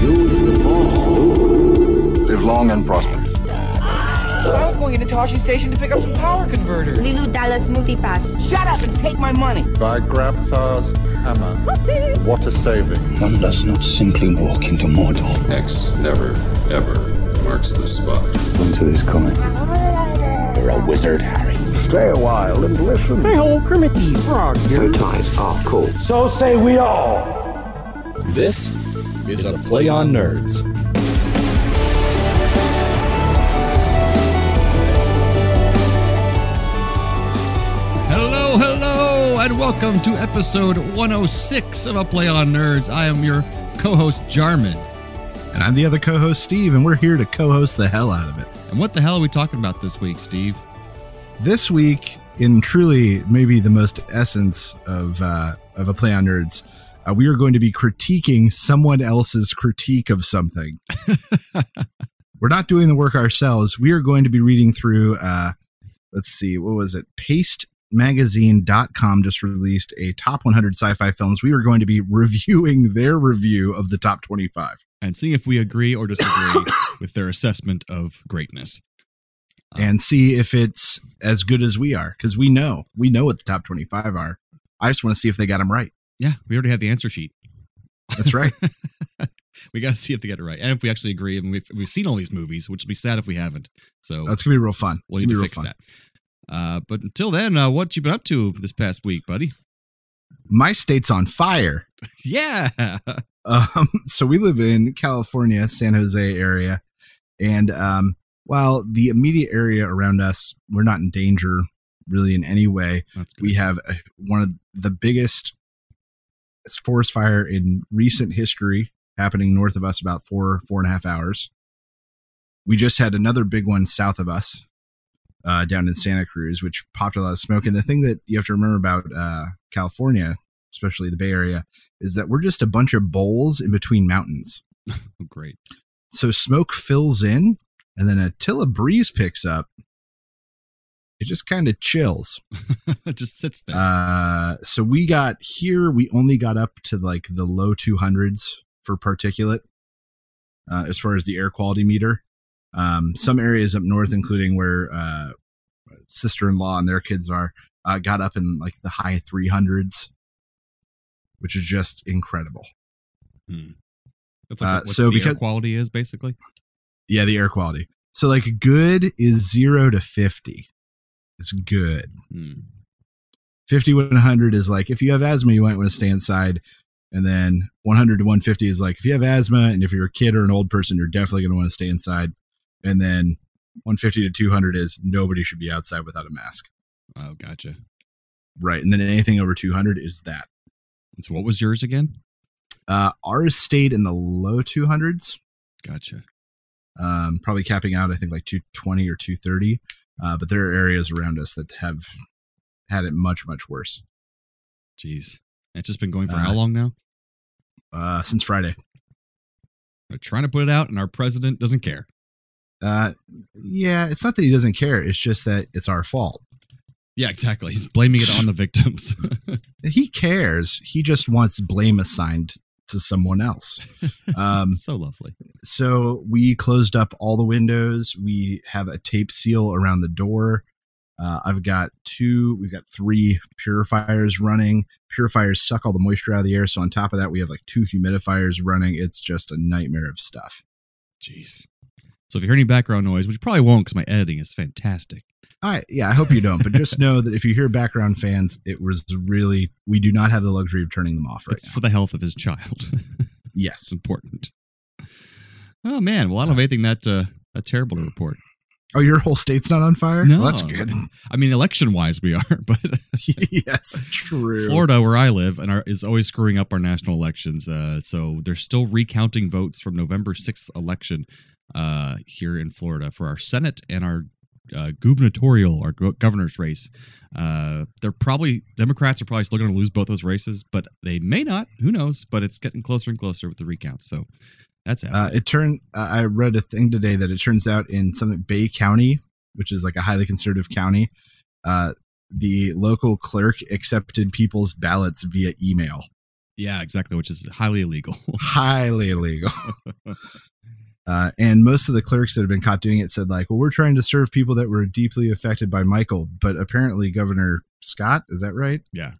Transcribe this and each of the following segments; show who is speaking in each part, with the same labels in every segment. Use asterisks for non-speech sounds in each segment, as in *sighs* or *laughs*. Speaker 1: Use the force, Luke. Live long and prosper.
Speaker 2: I was going into Toshi Station to pick up some power converters.
Speaker 3: Lilu Dallas Multipass.
Speaker 2: Shut up and take my money.
Speaker 4: By Grabthar's hammer. what a saving.
Speaker 5: One does not simply walk into Mordor.
Speaker 6: X never, ever marks this spot.
Speaker 5: Winter is coming.
Speaker 7: You're a wizard, Harry.
Speaker 5: Stay a while and listen.
Speaker 8: Hey, old Kermit the Frog here.
Speaker 7: Good times are cool.
Speaker 9: So say we all.
Speaker 10: This is a play on nerds.
Speaker 11: Hello, hello, and welcome to episode 106 of A Play on Nerds. I am your co host, Jarman.
Speaker 12: And I'm the other co host, Steve, and we're here to co host the hell out of it.
Speaker 11: And what the hell are we talking about this week, Steve?
Speaker 12: This week, in truly maybe the most essence of, uh, of A Play on Nerds, uh, we are going to be critiquing someone else's critique of something. We're not doing the work ourselves. We are going to be reading through, uh, let's see, what was it? PasteMagazine.com just released a top 100 sci fi films. We are going to be *laughs* reviewing their review of the top 25
Speaker 11: and seeing if we agree or
Speaker 12: *coughs*
Speaker 11: disagree with their assessment of greatness.
Speaker 12: Um, and see if it's as good as we are because we know we know what the top 25 are i just want to see if they got them right
Speaker 11: yeah, we already have the answer sheet. *laughs*
Speaker 12: That's right.
Speaker 11: we got to see if they get it right, and if we actually agree, and we've, we've seen all these movies, which would be sad if we haven't. So
Speaker 12: that's gonna be real fun.
Speaker 11: We'll
Speaker 12: it's
Speaker 11: need
Speaker 12: be
Speaker 11: to fix fun. that. Uh, but until then, uh, what you been up to this past week,
Speaker 12: *laughs*
Speaker 11: buddy?
Speaker 12: My state's on fire. *laughs*
Speaker 11: yeah.
Speaker 12: Um, so we live in California, San Jose area, and um, while the immediate area around us, we're not in danger really in any way. We have a, one of the biggest forest fire in recent history happening north of us about four four and a half hours we just had another big one south of us uh, down in santa cruz which popped a lot of smoke and the thing that you have to remember about uh, california especially the bay area is that we're just a bunch of bowls in between mountains
Speaker 11: Oh, great *laughs*
Speaker 12: so smoke fills in and then until a breeze picks up it just kind of chills.
Speaker 11: it just sits there.
Speaker 12: Uh, so we got here, we only got up to like the low 200s for particulate uh, as far as the air quality meter. Um, some areas up north, including where uh, sister in law and their kids are, uh, got up in like the high 300s, which is just incredible.
Speaker 11: Hmm. That's
Speaker 12: uh,
Speaker 11: like so the because, air quality is basically.
Speaker 12: Yeah, the air quality. So like good is zero to 50 it's good. Hmm. 50 100 is like if you have asthma, you might want to stay inside. And then 100 to 150 is like if you have asthma and if you're a kid or an old person, you're definitely going to want to stay inside. And then 150 to 200 is nobody should be outside without a mask.
Speaker 11: Oh, gotcha.
Speaker 12: Right. And then anything over 200 is that.
Speaker 11: And so what was yours again?
Speaker 12: Uh, ours stayed in the low 200s.
Speaker 11: Gotcha.
Speaker 12: Um, probably capping out, I think, like 220 or 230. Uh, but there are areas around us that have had it much much worse.
Speaker 11: Jeez, it's just been going for uh, how long now?
Speaker 12: Uh, since Friday.
Speaker 11: They're trying to put it out, and our president doesn't care.
Speaker 12: Uh, yeah, it's not that he doesn't care; it's just that it's our fault.
Speaker 11: Yeah, exactly. He's blaming it on the victims. *laughs*
Speaker 12: he cares. He just wants blame assigned to someone else.
Speaker 11: Um, so lovely.
Speaker 12: So we closed up all the windows. We have a tape seal around the door. Uh, I've got two, we've got three purifiers running. Purifiers suck all the moisture out of the air. So on top of that, we have like two humidifiers running. It's just a nightmare of stuff.
Speaker 11: Jeez. So if you hear any background noise, which you probably won't because my editing is fantastic.
Speaker 12: I, yeah, I hope you don't, but just know that if you hear background fans, it was really, we do not have the luxury of turning them off right
Speaker 11: It's now. for the health of his child. *laughs*
Speaker 12: yes.
Speaker 11: It's important. Oh, man. Well, I don't have anything that, uh, that terrible to report.
Speaker 12: Oh, your whole state's not on fire?
Speaker 11: No.
Speaker 12: Well, that's good. *laughs*
Speaker 11: I mean, election wise, we are, *laughs* but.
Speaker 12: yes, true.
Speaker 11: Florida, where I live, and are, is always screwing up our national elections. Uh, so they're still recounting votes from November 6th election uh, here in Florida for our Senate and our uh, gubernatorial or go- governor's race. Uh, they're probably Democrats are probably still going to lose both those races, but they may not. Who knows? But it's getting closer and closer with the recounts. So that's
Speaker 12: uh, it. Turned. I read a thing today that it turns out in some Bay County, which is like a highly conservative county, uh, the local clerk accepted people's ballots via email.
Speaker 11: Yeah, exactly, which is highly illegal. *laughs*
Speaker 12: highly illegal. Uh, and most of the clerks that have been caught doing it said, like, well, we're trying to serve people that were deeply affected by Michael. But apparently, Governor Scott, is that right?
Speaker 11: Yeah.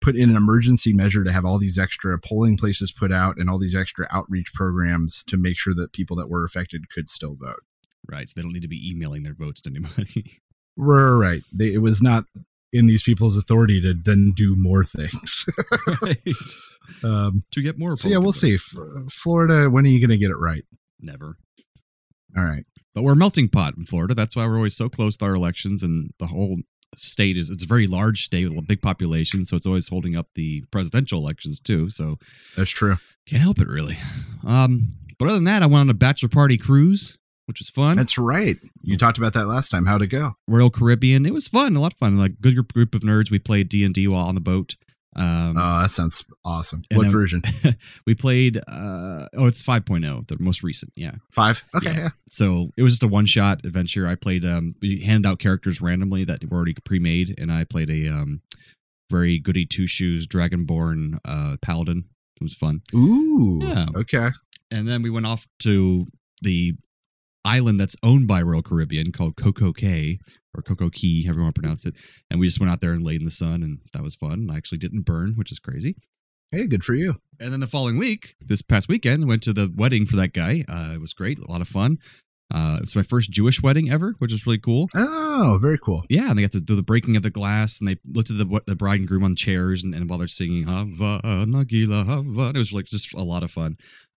Speaker 12: Put in an emergency measure to have all these extra polling places put out and all these extra outreach programs to make sure that people that were affected could still vote.
Speaker 11: *laughs* Right. So they don't need to be emailing their votes to anybody. *laughs*
Speaker 12: right. They, it was not in these people's authority to then do more things. *laughs* right.
Speaker 11: Um, *laughs* to get more.
Speaker 12: So, yeah, we'll votes. see. F- Florida, when are you going to get it right?
Speaker 11: Never.
Speaker 12: All right.
Speaker 11: But we're a melting pot in Florida. That's why we're always so close to our elections and the whole state is it's a very large state with a big population, so it's always holding up the presidential elections too. So
Speaker 12: That's true.
Speaker 11: Can't help it really. Um but other than that, I went on a bachelor party cruise, which was fun.
Speaker 12: That's right. You talked about that last time. How'd it go?
Speaker 11: Royal Caribbean. It was fun, a lot of fun. Like good group of nerds. We played D and D while on the boat.
Speaker 12: Um, oh, that sounds awesome. What then, *laughs* version?
Speaker 11: we played, uh, oh, it's 5.0, the most recent. Yeah.
Speaker 12: Five? Okay. Yeah. Yeah.
Speaker 11: So it was just a one shot adventure. I played, um, we handed out characters randomly that were already pre made, and I played a um, very goody two shoes dragonborn uh, paladin. It was fun.
Speaker 12: Ooh. Yeah. Okay.
Speaker 11: And then we went off to the island that's owned by Royal Caribbean called Coco Cay or Coco Key, however you want to pronounce it. And we just went out there and laid in the sun, and that was fun. I actually didn't burn, which is crazy.
Speaker 12: Hey, good for you.
Speaker 11: And then the following week, this past weekend, went to the wedding for that guy. Uh, it was great, a lot of fun. Uh, it was my first Jewish wedding ever, which is really cool.
Speaker 12: Oh, very cool.
Speaker 11: Yeah, and they got to do the breaking of the glass, and they looked at the, the bride and groom on chairs, and, and while they're singing Hava Nagila Hava, it was like just a lot of fun.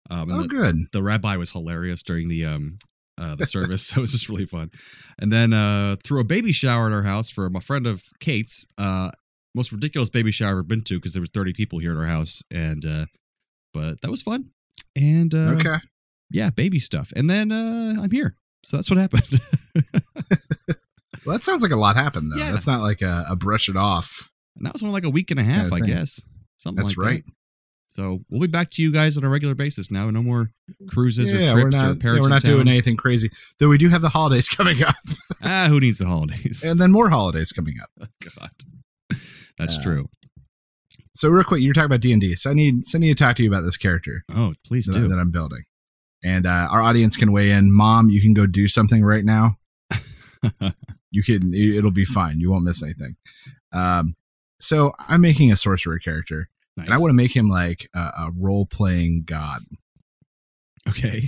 Speaker 12: Um, oh, the, good.
Speaker 11: The rabbi was hilarious during the um, uh,
Speaker 12: *laughs*
Speaker 11: the service. so it was just really fun. And then uh, threw a baby shower at our house for my friend of Kate's. Uh, most ridiculous baby shower I've ever been to because there was 30 people here at our house. And, uh, but that was fun. And, uh,
Speaker 12: okay.
Speaker 11: Yeah, baby stuff. And then uh, I'm here. So that's what happened. *laughs*
Speaker 12: well, that sounds like a lot happened, though. Yeah. That's not like a, a, brush it off.
Speaker 11: And that was only like a week and a half, kind of I guess. Something
Speaker 12: that's
Speaker 11: like
Speaker 12: right.
Speaker 11: That. So we'll be back to you guys on a regular basis now. No more cruises yeah, or trips not, or parents.
Speaker 12: Yeah, we're not doing anything crazy, though. We do have the holidays *laughs* coming up.
Speaker 11: *laughs* ah, who needs the holidays?
Speaker 12: And then more holidays coming up.
Speaker 11: *laughs* Oh, God, that's uh, true.
Speaker 12: So real quick, you're talking about D and D. So I need, so I need to talk to you about this character.
Speaker 11: Oh, please
Speaker 12: that,
Speaker 11: do *laughs*
Speaker 12: that. I'm building, and uh, our audience can weigh in. Mom, you can go do something right now. you can. It'll be fine. You won't miss anything. Um, so I'm making a sorcerer character. Nice. And I want to make him like a, a role playing god.
Speaker 11: Okay.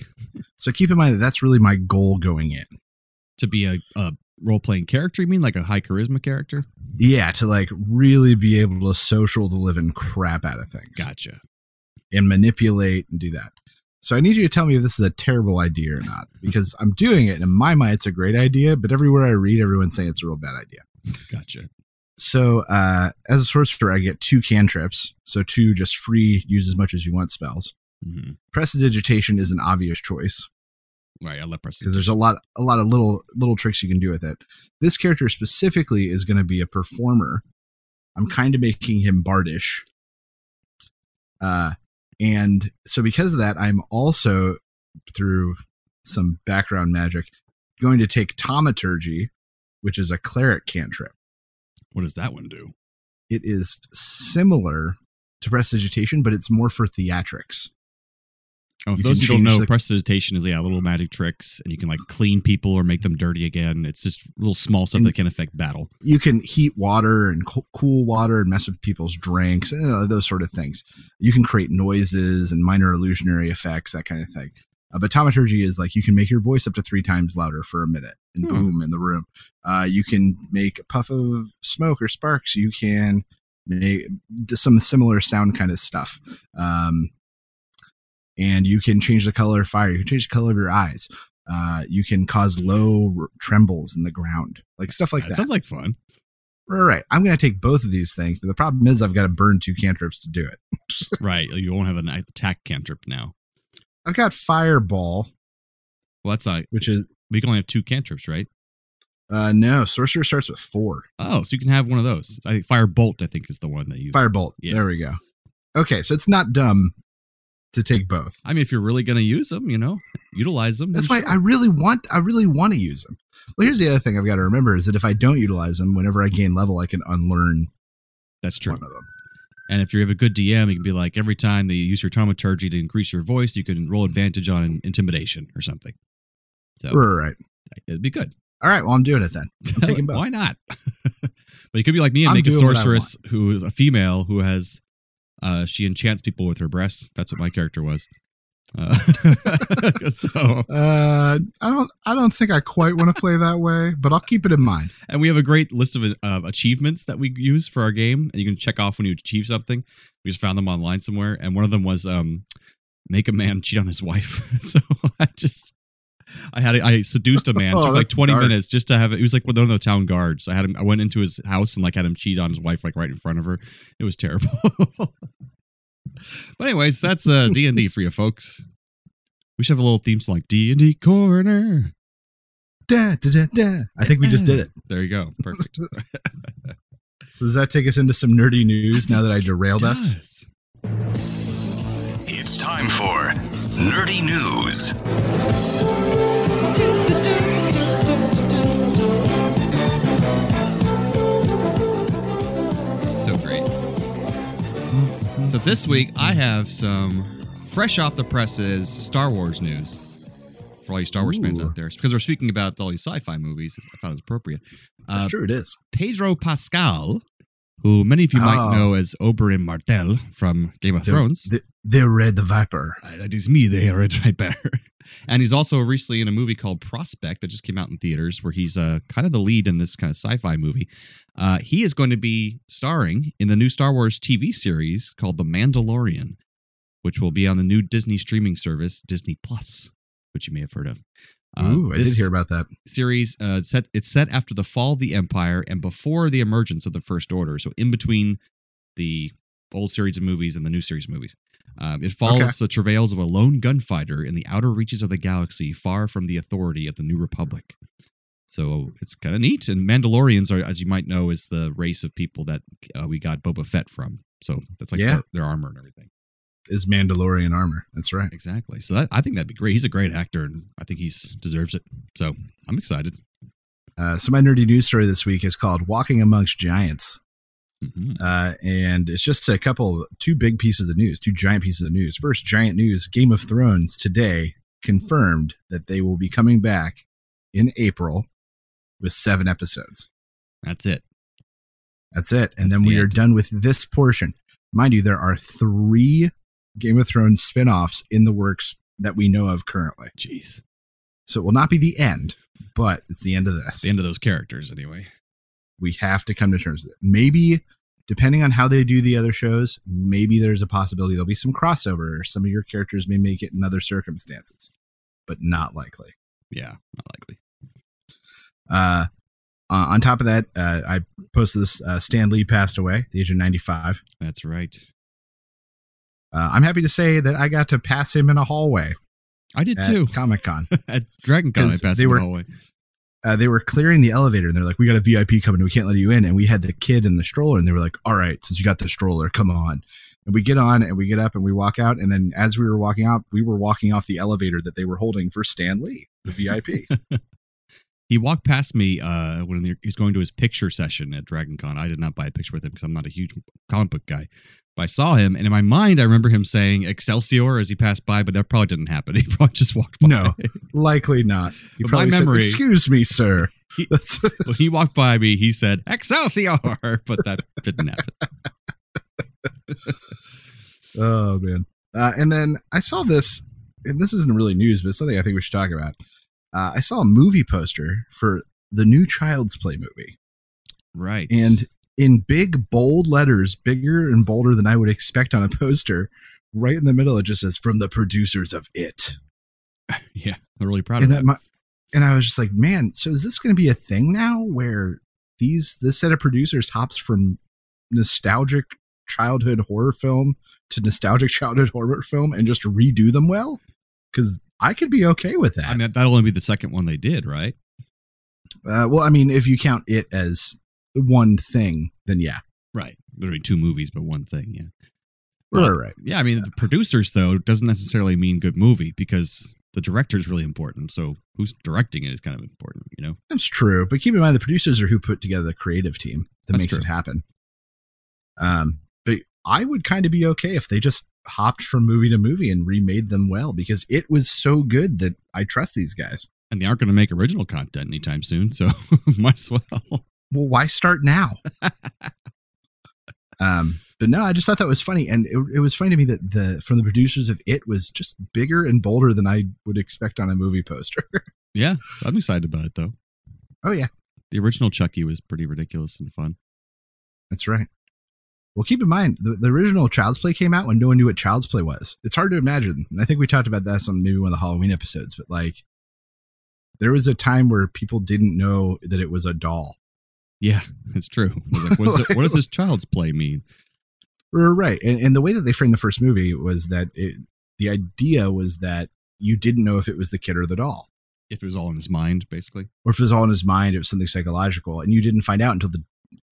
Speaker 12: so keep in mind that that's really my goal going in.
Speaker 11: To be a, a role playing character, you mean like a high charisma character?
Speaker 12: Yeah, to like really be able to social the living crap out of things.
Speaker 11: Gotcha.
Speaker 12: And manipulate and do that. So I need you to tell me if this is a terrible idea or not, because I'm doing it. in my mind, it's a great idea, but everywhere I read, everyone's saying it's a real bad idea.
Speaker 11: Gotcha
Speaker 12: so uh, as a sorcerer, I get two cantrips. So two just free, use as much as you want spells. Mm-hmm. Prestidigitation is an obvious choice.
Speaker 11: Right, I love prestidigitation
Speaker 12: because there's a lot, a lot of little, little tricks you can do with it. This character specifically is going to be a performer. I'm kind of making him bardish. Uh, and so because of that, I'm also through some background magic going to take thaumaturgy, which is a cleric cantrip.
Speaker 11: What does that one do?
Speaker 12: It is similar to prestidigitation, but it's more for theatrics.
Speaker 11: Oh, for those who don't know, the- prestidigitation is yeah, little magic tricks, and you can like clean people or make them dirty again. It's just little small stuff and that can affect battle.
Speaker 12: You can heat water and co- cool water and mess with people's drinks, uh, those sort of things. You can create noises and minor illusionary effects, that kind of thing. Uh, but thaumaturgy is like you can make your voice up to three times louder for a minute and hmm. boom in the room. Uh, you can make a puff of smoke or sparks. You can make some similar sound kind of stuff. Um, and you can change the color of fire. You can change the color of your eyes. Uh, you can cause low trembles in the ground, like stuff like that. that.
Speaker 11: Sounds like fun.
Speaker 12: All right, I'm going to take both of these things, but the problem is I've got to burn two cantrips to do it.
Speaker 11: right, you won't have an attack cantrip now.
Speaker 12: I've got fireball.
Speaker 11: Well, that's not
Speaker 12: which is
Speaker 11: we can only have two cantrips, right?
Speaker 12: Uh, no, sorcerer starts with four.
Speaker 11: Oh, so you can have one of those. I think firebolt. I think is the one that you
Speaker 12: firebolt. Yeah. There we go. Okay, so it's not dumb to take both.
Speaker 11: I mean, if you're really going to use them, you know, utilize them.
Speaker 12: That's why I really want. I really want to use them. Well, here's the other thing I've got to remember is that if I don't utilize them, whenever I gain level, I can unlearn.
Speaker 11: That's true.
Speaker 12: One of them.
Speaker 11: And if you have a good DM, you can be like, every time they use your thaumaturgy to increase your voice, you can roll advantage on intimidation or something. So
Speaker 12: right.
Speaker 11: it'd be good.
Speaker 12: All right. Well, I'm doing it then. *laughs* I'm taking both.
Speaker 11: Why not? *laughs* but you could be like me and
Speaker 12: I'm
Speaker 11: make a
Speaker 12: doing what I
Speaker 11: sorceress who is a female who has uh, she enchants people with her breasts. That's what my character was. Uh, *laughs* so,
Speaker 12: Uh, I don't. I don't think I quite want to play that way, but I'll keep it in mind.
Speaker 11: and we have a great list of uh, achievements that we use for our game, and you can check off when you achieve something. We just found them online somewhere, and one of them was um, make a man cheat on his wife. *laughs* so I just. I had I seduced a man.
Speaker 12: *laughs* Oh,
Speaker 11: took like
Speaker 12: that's
Speaker 11: twenty
Speaker 12: dark.
Speaker 11: minutes just to have it. He was like one of the town guards. I had him. I went into his house and like had him cheat on his wife like right in front of her. It was terrible. *laughs* but anyways, that's uh D and D for you folks. We should have a little theme song like D and D corner.
Speaker 12: Da, da, da, da. I think we just did it.
Speaker 11: There you go. Perfect.
Speaker 12: So does that take us into some nerdy news? Now that I derailed us.
Speaker 11: Does.
Speaker 13: It's time for Nerdy News.
Speaker 11: So great. So this week I have some fresh off the presses Star Wars news for all you Star Wars fans
Speaker 12: Ooh.
Speaker 11: out there. Because we're speaking about all these sci-fi movies, I thought it was appropriate. Uh,
Speaker 12: Sure, it is.
Speaker 11: Pedro Pascal, who many of you
Speaker 12: Oh.
Speaker 11: might know as Oberyn Martell from Game of
Speaker 12: The-
Speaker 11: Thrones.
Speaker 12: The, the Red Viper.
Speaker 11: Uh, that is me there, Red Viper. *laughs* and he's also recently in a movie called Prospect that just came out in theaters, where he's uh, kind of the lead in this kind of sci-fi movie. Uh, he is going to be starring in the new Star Wars TV series called The Mandalorian, which will be on the new Disney streaming service Disney Plus, which you may have heard of. Uh,
Speaker 12: Ooh, I did
Speaker 11: this-
Speaker 12: hear about that.
Speaker 11: series uh, it's set it's set after the fall of the empire and before the emergence of the first order so in between the old series of movies and the new series of movies um, it follows
Speaker 12: Okay.
Speaker 11: the travails of a lone gunfighter in the outer reaches of the galaxy far from the authority of the new republic so it's kind of neat and mandalorians are as you might know is the race of people that uh, we got boba fett from so that's like
Speaker 12: Yeah.
Speaker 11: their, their armor and everything
Speaker 12: Is Mandalorian armor? That's right.
Speaker 11: exactly so that, i think that'd be great he's a great actor and i think he's deserves it so i'm excited
Speaker 12: Uh, so my nerdy news story this week is called "Walking Amongst Giants,"
Speaker 11: Mhm.
Speaker 12: uh, and it's just a couple, two big pieces of news, two giant pieces of news. First, giant news: Game of Thrones today confirmed that they will be coming back in April with seven episodes.
Speaker 11: that's it
Speaker 12: That's it, and
Speaker 11: That's
Speaker 12: then
Speaker 11: the
Speaker 12: we are
Speaker 11: end.
Speaker 12: done with this portion. Mind you, there are three Game of Thrones spin-offs in the works that we know of currently.
Speaker 11: Jeez.
Speaker 12: So it will not be the end, but it's the end of this.
Speaker 11: The end of those characters, anyway.
Speaker 12: we have to come to terms with it. Maybe, depending on how they do the other shows, maybe there's a possibility there'll be some crossover. Some of your characters may make it in other circumstances, but not likely.
Speaker 11: Yeah, not likely.
Speaker 12: Uh, uh, on top of that, uh, I posted this uh, Stan Lee passed away at the age of 95.
Speaker 11: That's right.
Speaker 12: Uh, I'm happy to say that I got to pass him in a hallway
Speaker 11: I did too.
Speaker 12: at Comic Con.
Speaker 11: *laughs* at Dragon Con, I
Speaker 12: 'Cause
Speaker 11: passed
Speaker 12: they
Speaker 11: him
Speaker 12: were-
Speaker 11: the hallway.
Speaker 12: uh, they were clearing the elevator and they're like, we got a VIP coming. We can't let you in. And we had the kid in the stroller and they were like, all right, since you got the stroller, come on. And we get on and we get up and we walk out. And then as we were walking out, we were walking off the elevator that they were holding for Stan Lee,
Speaker 11: *laughs*
Speaker 12: the VIP.
Speaker 11: He walked past me uh, when he was going to his picture session at Dragon Con. I did not buy a picture with him because I'm not a huge comic book guy. But I saw him, and in my mind, I remember him saying Excelsior as he passed by, but that probably didn't happen. *laughs* He probably just walked by.
Speaker 12: No. Likely not. He
Speaker 11: But my
Speaker 12: probably said,
Speaker 11: memory-
Speaker 12: Excuse me, sir.
Speaker 11: He-
Speaker 12: *laughs*
Speaker 11: *laughs*
Speaker 12: That's-
Speaker 11: when he walked by me, he said Excelsior, *laughs* but that didn't happen.
Speaker 12: oh, man. Uh, and then I saw this, and this isn't really news, but it's something I think we should talk about. Uh, I saw a movie poster for the new Child's Play movie.
Speaker 11: Right.
Speaker 12: And in big, bold letters, bigger and bolder than I would expect on a poster, right in the middle, it just says, from the producers of it.
Speaker 11: yeah, I'm really proud of
Speaker 12: And,
Speaker 11: that.
Speaker 12: that my, and I was just like, man, so is this going to be a thing now where these this set of producers hops from nostalgic childhood horror film to nostalgic *laughs* childhood horror film and just redo them well? Because I could be okay with that.
Speaker 11: I mean, that'll only be the second one they did, right?
Speaker 12: uh, well, I mean, if you count it as one thing, then yeah,
Speaker 11: Right. Literally two movies, but one thing. Yeah.
Speaker 12: we're
Speaker 11: Well,
Speaker 12: all right.
Speaker 11: Yeah, I mean, the producers though doesn't necessarily mean good movie because the director's really important. So who's directing it is kind of important, you know.
Speaker 12: That's true, but keep in mind the producers are who put together the creative team that
Speaker 11: That's
Speaker 12: makes
Speaker 11: true.
Speaker 12: it happen. Um, but I would kind of be okay if they just hopped from movie to movie and remade them well because it was so good that I trust these guys.
Speaker 11: And they aren't going to make original content anytime soon, so *laughs* might as well. Well,
Speaker 12: why start *laughs* now? um, but no, I just thought that was funny, and it, it was funny to me that the from the producers of it was just bigger and bolder than I would expect on a movie poster. *laughs*
Speaker 11: yeah, I'm excited about it though.
Speaker 12: Oh yeah,
Speaker 11: the original Chucky was pretty ridiculous and fun.
Speaker 12: That's right. Well, keep in mind the, the, original Child's Play came out when no one knew what Child's Play was. It's hard to imagine, and I think we talked about that on maybe one of the Halloween episodes. But like, there was a time where people didn't know that it was a doll.
Speaker 11: Yeah, it's true. Like, what, it, what does this Child's Play mean?
Speaker 12: Right, and, and, the way that they framed the first movie was that it, the idea was that you didn't know if it was the kid or the doll.
Speaker 11: If it was all in his mind, basically,
Speaker 12: or if it was all in his mind, it was something psychological, and you didn't find out until the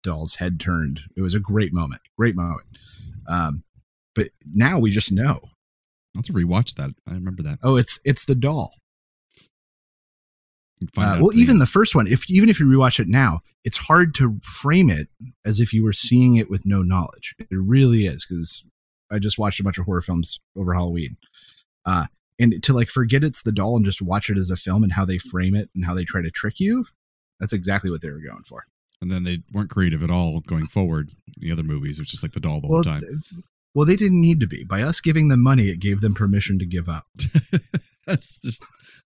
Speaker 12: doll's head turned. It was a great moment, great moment. Um, but now we just know.
Speaker 11: I'll have to rewatch that. I remember that.
Speaker 12: Oh, it's it's the doll. Uh, well, even the first one, if even if you rewatch it now, it's hard to frame it as if you were seeing it with no knowledge. It really is because I just watched a bunch of horror films over Halloween, uh, and to like forget it's the doll and just watch it as a film and how they frame it and how they try to trick you. That's exactly what they were going for
Speaker 11: and then they weren't creative at all going forward. The other movies, it was just like the doll the
Speaker 12: well,
Speaker 11: whole time.
Speaker 12: Th- well, they didn't need to be. By us giving them money, it gave them permission to give up.
Speaker 11: *laughs* that's just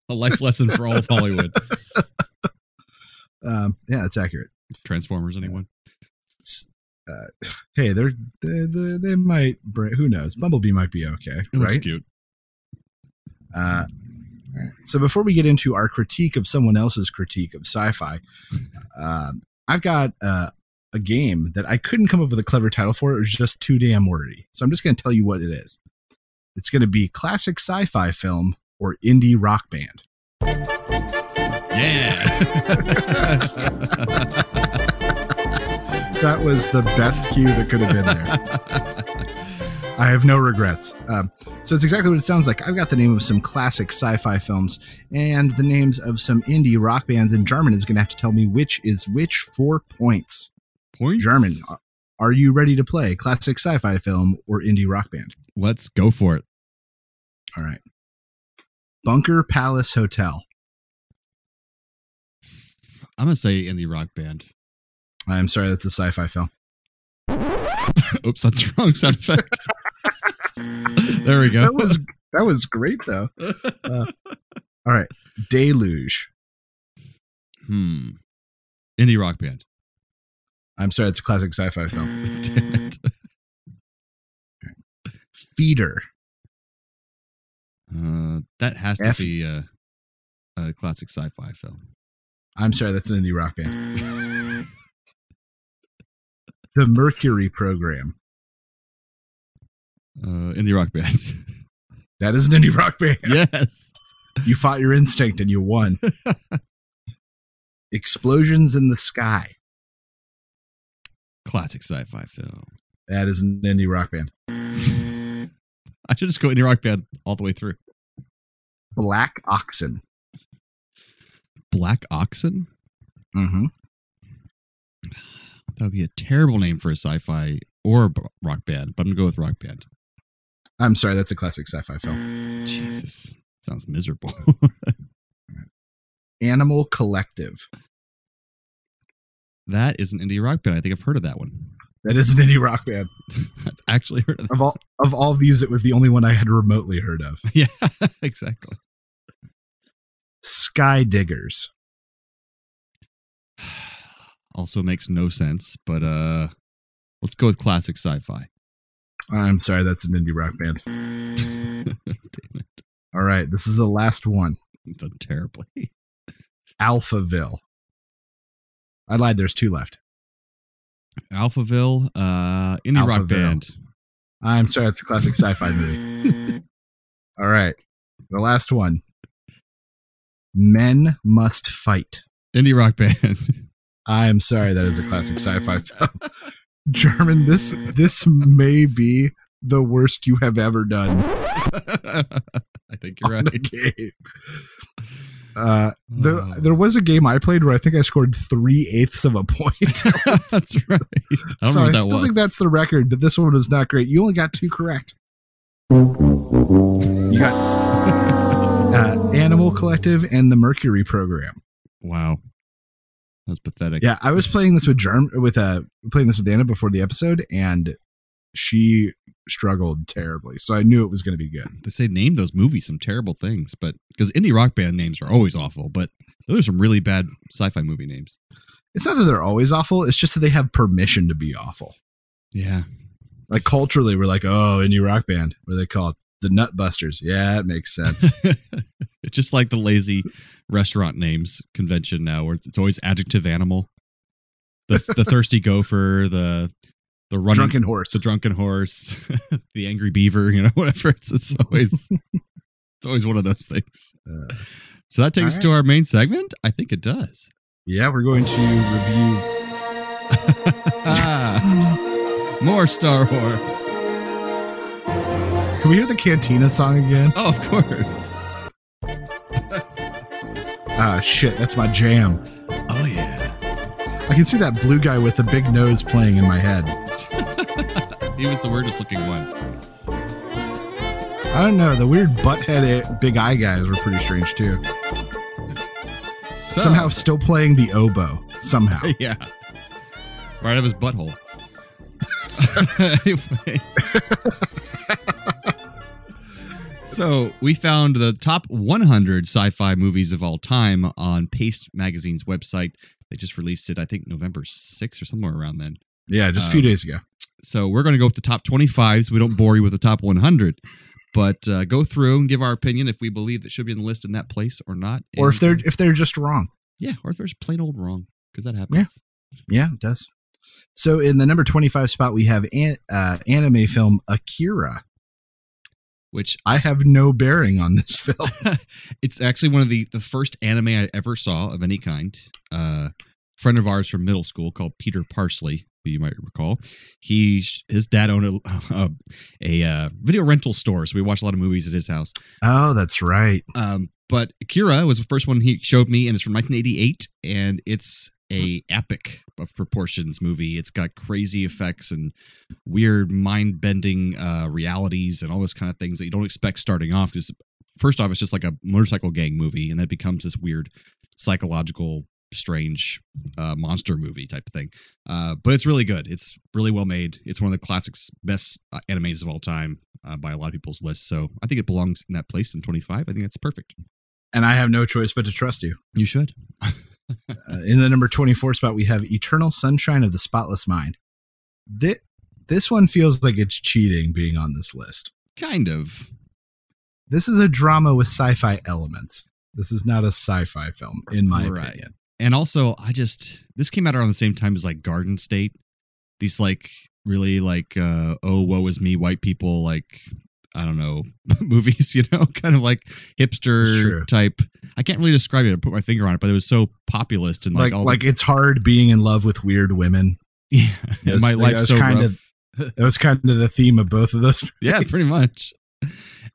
Speaker 11: a life lesson for all of Hollywood.
Speaker 12: Um, yeah, that's accurate.
Speaker 11: Transformers, anyone?
Speaker 12: Uh, hey, they're, they're, they're they might bring, who knows? Bumblebee might be okay. It right?
Speaker 11: cute.
Speaker 12: Uh, so before we get into our critique of someone else's critique of sci-fi, um, I've got uh, a game that I couldn't come up with a clever title for. It was just too damn wordy. So I'm just going to tell you what it is. It's going to be classic sci fi film or indie rock band.
Speaker 11: Yeah.
Speaker 12: that was the best cue that could have been there. I have no regrets. Um, so it's exactly what it sounds like. I've got the name of some classic sci-fi films and the names of some indie rock bands, and German is going to have to tell me which is which for points.
Speaker 11: *laughs* Points.
Speaker 12: German, are you ready to play classic sci-fi film or indie rock band?
Speaker 11: Let's go for it.
Speaker 12: All right. Bunker Palace Hotel.
Speaker 11: I'm gonna say indie rock band. *laughs*
Speaker 12: I'm sorry, that's a sci-fi film.
Speaker 11: Oops, that's wrong sound effect. *laughs* there we go.
Speaker 12: That
Speaker 11: *laughs*
Speaker 12: was that was great though. Uh, all right, Deluge.
Speaker 11: Hmm. Indie rock band. *laughs* Uh,
Speaker 12: I'm sorry, it's a classic sci-fi
Speaker 11: Mm.
Speaker 12: film. Damn it. Feeder.
Speaker 11: Uh, that has to F- be a, a classic sci-fi film.
Speaker 12: I'm sorry, that's an indie rock band. the Mercury program.
Speaker 11: Uh, indie rock band. *laughs*
Speaker 12: That is an indie rock band.
Speaker 11: Yes.
Speaker 12: You fought your instinct and you won. Explosions in the sky.
Speaker 11: Classic sci-fi film.
Speaker 12: That is an indie rock band.
Speaker 11: I should just go indie rock band all the way through.
Speaker 12: Black Oxen.
Speaker 11: Black Oxen?
Speaker 12: Mm-hmm
Speaker 11: that would be a terrible name for a sci-fi or a rock band, but I'm gonna go with rock band.
Speaker 12: I'm sorry, that's a classic sci-fi film.
Speaker 11: Jesus, sounds miserable. *laughs*
Speaker 12: Animal Collective.
Speaker 11: That is an indie rock band. I think I've heard of that one. *laughs*
Speaker 12: That is an indie rock band.
Speaker 11: I've actually heard of that.
Speaker 12: of all of all these. It was the only one I had remotely heard of.
Speaker 11: *laughs* Yeah, exactly. *sighs*
Speaker 12: Sky Diggers
Speaker 11: also makes no sense, but uh let's go with classic sci-fi. *laughs*
Speaker 12: I'm sorry, that's an indie rock band. Damn it. All right, this is the last one.
Speaker 11: It's done terribly. *laughs*
Speaker 12: Alphaville. I lied, there's two left.
Speaker 11: Alphaville, uh indie Alphaville. rock band.
Speaker 12: I'm sorry, it's a classic sci-fi movie. *laughs* All right. The last one. Men must fight.
Speaker 11: Indie rock band. *laughs*
Speaker 12: I'm sorry, that is a classic sci-fi *laughs* film. German, this this may be the worst *laughs* you have ever done. Oh,
Speaker 11: I think you're right.
Speaker 12: Game. Uh, there,
Speaker 11: Oh.
Speaker 12: there was a game I played where I think I scored three eighths of a point.
Speaker 11: *laughs* that's right.
Speaker 12: I so I still was. think that's the record, but this one was not great. You only got two correct. You got *laughs* uh, Animal Collective and the Mercury Program.
Speaker 11: Wow, that's pathetic.
Speaker 12: Yeah, I was playing this with Germ with uh playing this with Anna before the episode, and she struggled terribly. So I knew it was going to be good.
Speaker 11: They say name those movies some terrible things, but because indie rock band names are always awful, but those are some really bad sci-fi movie names.
Speaker 12: It's not that they're always awful; it's just that they have permission to be awful.
Speaker 11: Yeah,
Speaker 12: like it's, culturally, we're like, oh, indie rock band. What are they called? The Nutbusters. Yeah, it makes sense.
Speaker 11: *laughs* it's just like the lazy restaurant names convention now, where it's always adjective animal. The, the thirsty gopher, the the *laughs* running,
Speaker 12: drunken horse,
Speaker 11: the drunken horse, *laughs* the angry beaver, you know, *laughs* whatever. It's, it's always it's always one of those things. Uh, so that takes right. us to our main segment. I think it *laughs* does.
Speaker 12: Yeah, we're going to review
Speaker 11: Ah, more Star Wars.
Speaker 12: Can we hear the Cantina song again?
Speaker 11: Oh, of course.
Speaker 12: ah, shit, that's my jam.
Speaker 11: Oh yeah.
Speaker 12: I can see that blue guy with the big nose playing in my head.
Speaker 11: he was the weirdest looking one.
Speaker 12: I don't know. The weird butt head, big eye guys were pretty strange too. So, somehow still playing the oboe. Somehow.
Speaker 11: *laughs* yeah. Right out of his butthole. *laughs* so we found the top 100 sci-fi movies of all time on Paste Magazine's website. They just released it, I think November 6th or somewhere around then.
Speaker 12: Yeah, just a few um, days ago.
Speaker 11: So we're going to go with the top 25 so we don't bore you with the top 100. But uh, go through and give our opinion if we believe it should be in the list in that place or not. uh,
Speaker 12: Or if they're if they're just wrong.
Speaker 11: Yeah, or if they're just plain old wrong because that happens.
Speaker 12: Yeah. yeah, it does. So in the number 25 spot, we have an, uh, anime film Akira.
Speaker 11: Which
Speaker 12: I have no bearing on this *laughs* film.
Speaker 11: it's actually one of the, the first anime I ever saw of any kind. Uh, friend of ours from middle school called Peter Parsley, who you might recall. He his dad owned a *laughs* uh, a, uh, video rental store, so we watched a lot of movies at his house.
Speaker 12: Oh, that's right.
Speaker 11: Um, but Akira was the first one he showed me, and it's from 1988, and it's a epic of proportions movie. It's got crazy effects and weird mind bending uh, realities and all those kind of things that you don't expect starting off. Because first off, it's just like a motorcycle gang movie, and that becomes this weird psychological strange uh, monster movie type of thing. Uh, but it's really good. It's really well made. It's one of the classics, best uh, animes of all time uh, by a lot of people's lists. So I think it belongs in that place in 25. I think that's perfect.
Speaker 12: And I have no choice but to trust you.
Speaker 11: You should. uh,
Speaker 12: in the number 24 spot, we have Eternal Sunshine of the Spotless Mind. This, this one feels like it's cheating being on this list.
Speaker 11: Kind of.
Speaker 12: This is a drama with sci fi elements. This is not a sci fi film, in my right. opinion
Speaker 11: and also I just this came out around the same time as like Garden State. These like really like uh oh woe is me white people like I don't know *laughs* movies, you know, *laughs* kind of like hipster type. I can't really describe it. I put my finger on it, but it was so populist and like
Speaker 12: like, like the, it's hard being in love with weird *laughs* women.
Speaker 11: *laughs* Yeah, was, my life so
Speaker 12: kind
Speaker 11: rough.
Speaker 12: of that was kind of the theme of both of those. Movies.
Speaker 11: Yeah, pretty much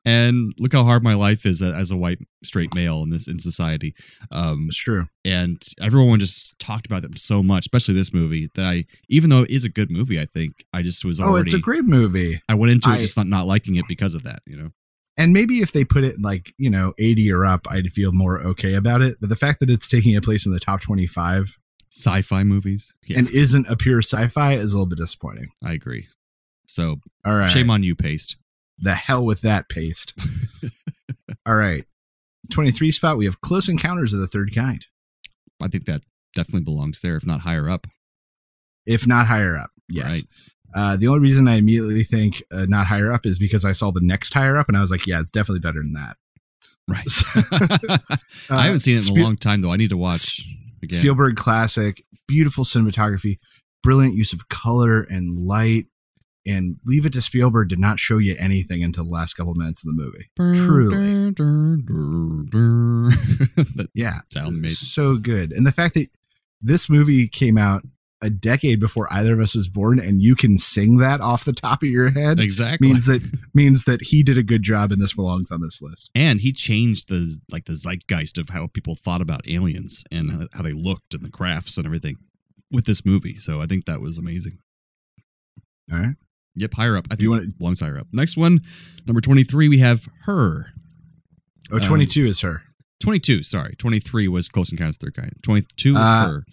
Speaker 11: and look how hard my life is as a white straight male in this in society.
Speaker 12: Um, it's true,
Speaker 11: and everyone just talked about them so much, especially this movie. That I, even though it is a good movie, I think I just was already.
Speaker 12: Oh, it's a great movie.
Speaker 11: I went into I, it just not not liking it because of that, you know.
Speaker 12: And maybe if they put it like you know eighty or up, I'd feel more okay about it. But the fact that it's taking a place in the top twenty-five
Speaker 11: sci-fi movies
Speaker 12: yeah. and isn't a pure sci-fi is a little bit disappointing.
Speaker 11: I agree. So, all right, shame on you, Paste
Speaker 12: the hell with that
Speaker 11: *laughs*
Speaker 12: paste. All right. 23 spot, we have Close Encounters of the Third Kind.
Speaker 11: I think that definitely belongs there, if not higher up.
Speaker 12: If not higher up, yes. Right. Uh, the only reason I immediately think uh, not higher up is because I saw the next higher up and I was like, yeah, it's definitely better than that.
Speaker 11: Right. uh, *laughs* I haven't seen it in Spiel- a long time, though. I need to watch again.
Speaker 12: Spielberg classic, beautiful cinematography, brilliant use of color and light and Leave It to Spielberg did not show you anything until the last couple minutes of the movie.
Speaker 11: *laughs*
Speaker 12: Burr, Truly. Burr, burr, yeah.
Speaker 11: Sound made.
Speaker 12: So good. And the fact that this movie came out a decade before either of us was born and you can sing that off the top of your head
Speaker 11: exactly
Speaker 12: means that means that he did a good job and this belongs on this list
Speaker 11: and he changed the like the zeitgeist of how people thought about aliens and how they looked and the crafts and everything with this movie so i think that was amazing
Speaker 12: all right
Speaker 11: yep higher up i think you want belongs higher up next one number 23 we have her
Speaker 12: oh 22 um, is her
Speaker 11: 22 sorry 23 was close encounters of the third kind 22 was uh, her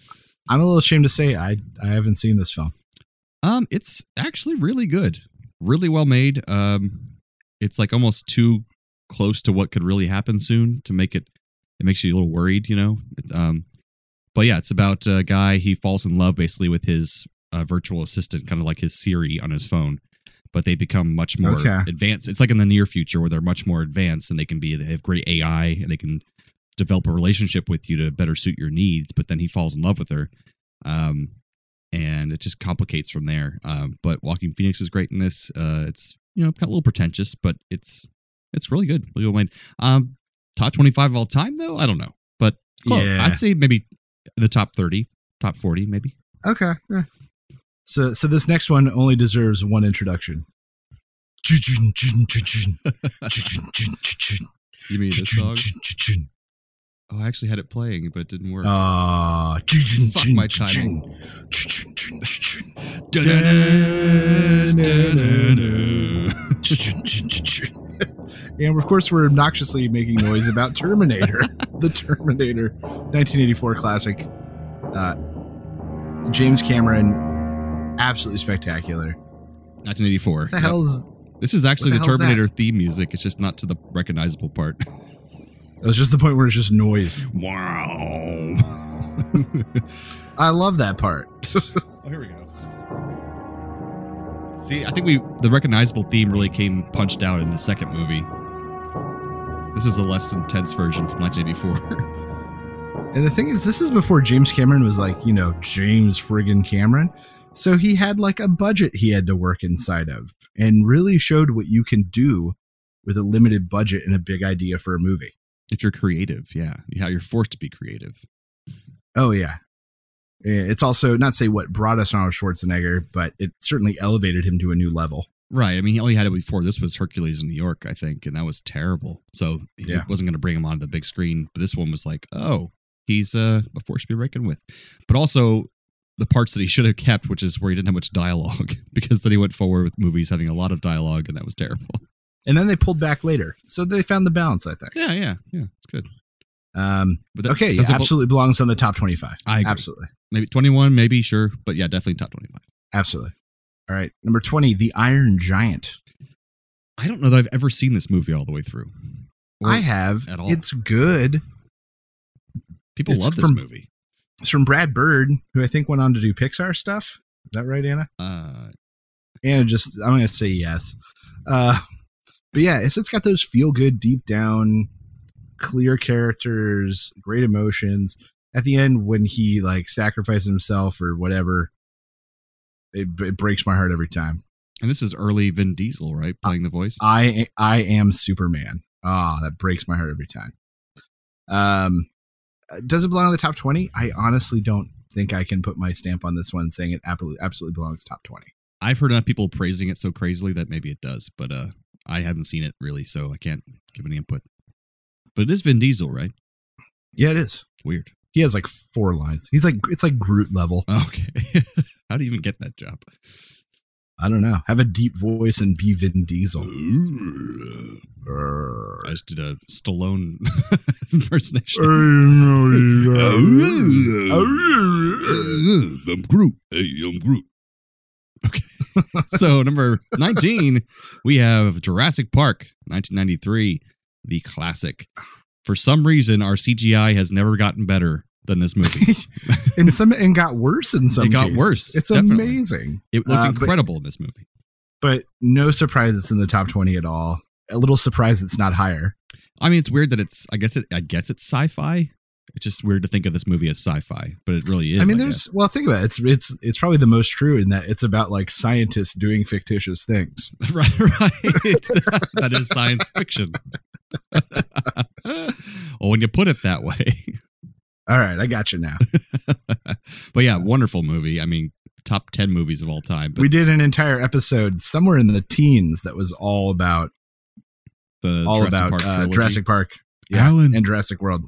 Speaker 12: I'm a little ashamed to say I I haven't seen this film.
Speaker 11: Um, it's actually really good, really well made. Um, it's like almost too close to what could really happen soon to make it. It makes you a little worried, you know. Um, but yeah, it's about a guy he falls in love basically with his uh, virtual assistant, kind of like his Siri on his phone. But they become much more okay. advanced. It's like in the near future where they're much more advanced and they can be they have great AI and they can develop a relationship with you to better suit your needs but then he falls in love with her um, and it just complicates from there um, but walking phoenix is great in this uh, it's you know got a little pretentious but it's it's really good really well made um, top 25 of all time though i don't know but close. Yeah. i'd say maybe the top 30 top 40 maybe
Speaker 12: okay yeah. so so this next one only deserves one introduction
Speaker 11: you mean this song? Oh, I actually had it playing, but it didn't work.
Speaker 12: Ah, uh,
Speaker 11: fuck my timing. and
Speaker 12: of course, we're obnoxiously making noise about Terminator, *laughs* the Terminator, 1984 classic. Uh, James Cameron, absolutely spectacular.
Speaker 11: 1984. What
Speaker 12: the yep. hell's
Speaker 11: this is actually the, the Terminator theme music. It's just not to the recognizable part. *laughs*
Speaker 12: It was just the point where it's just noise.
Speaker 11: Wow.
Speaker 12: *laughs* I love that part. *laughs*
Speaker 11: oh, here we go. See, I think we the recognizable theme really came punched out in the second movie. This is a less intense version from 1984.
Speaker 12: and the thing is, this is before James Cameron was like, you know, James friggin' Cameron. So he had like a budget he had to work inside of and really showed what you can do with a limited budget and a big idea for a movie
Speaker 11: *laughs* if you're creative yeah yeah you're forced to be creative
Speaker 12: oh yeah Eh, it's also not say what brought us arnold schwarzenegger but it certainly elevated him to a new level
Speaker 11: right i mean all he had it before this was hercules in new york i think and that was terrible so yeah. it wasn't going to bring him onto the big screen but this one was like oh he's uh, a force to be reckoned with but also the parts that he should have kept which is where he didn't have much dialogue *laughs* because then he went forward with movies having a lot of dialogue and that was terrible
Speaker 12: and then they pulled back later. So they found the balance, I think.
Speaker 11: Yeah, yeah, yeah. It's good.
Speaker 12: Um, but that, okay, yeah, absolutely bol- belongs on the top twenty-five.
Speaker 11: I agree.
Speaker 12: absolutely
Speaker 11: maybe twenty-one, maybe sure, but yeah, definitely top twenty-five.
Speaker 12: Absolutely. All right, number twenty, The Iron Giant.
Speaker 11: I don't know that I've ever seen this movie all the way through.
Speaker 12: I have. At all. It's good.
Speaker 11: People it's love this
Speaker 12: from,
Speaker 11: movie.
Speaker 12: It's from Brad Bird, who I think went on to do Pixar stuff. Is that right, Anna?
Speaker 11: Uh,
Speaker 12: Anna, just I'm going to say yes. Uh, but yeah, it's, it's got those feel good, deep down, clear characters, great emotions. At the end, when he like sacrifices himself or whatever, it, it breaks my heart every time.
Speaker 11: And this is early Vin Diesel, right?
Speaker 12: Uh,
Speaker 11: Playing the voice.
Speaker 12: I I am Superman. Ah, oh, that breaks my heart every time. Um, does it belong in the top twenty? I honestly don't think I can put my stamp on this one, saying it absolutely absolutely belongs top twenty.
Speaker 11: I've heard enough people praising it so crazily that maybe it does, but uh, I haven't seen it really, so I can't give any input. But it is Vin Diesel, right?
Speaker 12: Yeah, it is.
Speaker 11: Weird. *laughs*
Speaker 12: He has like four lines. He's like it's like Groot level.
Speaker 11: Okay. *laughs* How do you even get that job?
Speaker 12: I don't know. Have a deep voice and be Vin Diesel. *laughs*
Speaker 11: I just did a Stallone *laughs* impersonation.
Speaker 13: I'm Groot. Hey, I'm Groot.
Speaker 11: Okay. *laughs* so number 19, we have Jurassic Park 1993, the classic. For some reason, our CGI has never gotten better than this
Speaker 12: *laughs*
Speaker 11: movie.
Speaker 12: and some and got worse in some.
Speaker 11: It got
Speaker 12: cases.
Speaker 11: worse.
Speaker 12: It's definitely. amazing.
Speaker 11: It looked uh, incredible but, in this movie.
Speaker 12: But no surprise it's in the top 20 at all. A little surprise it's not higher.
Speaker 11: I mean, it's weird that it's I guess it I guess it's sci-fi, it's just weird to think of this movie as sci-fi, but it really is.
Speaker 12: I mean, there's I well, think about it. It's it's it's probably the most true in that it's about like scientists doing fictitious things.
Speaker 11: *laughs* right, right. *laughs* that is science fiction. *laughs* well, when you put it that way. *laughs*
Speaker 12: All right, I got you now.
Speaker 11: but yeah, wonderful movie. I mean, top 10 movies of all time. But
Speaker 12: we did an entire episode somewhere in the teens that was all about
Speaker 11: the
Speaker 12: all
Speaker 11: Jurassic
Speaker 12: about
Speaker 11: Park
Speaker 12: uh,
Speaker 11: trilogy.
Speaker 12: Jurassic Park,
Speaker 11: Alan.
Speaker 12: and
Speaker 11: *laughs*
Speaker 12: Jurassic World.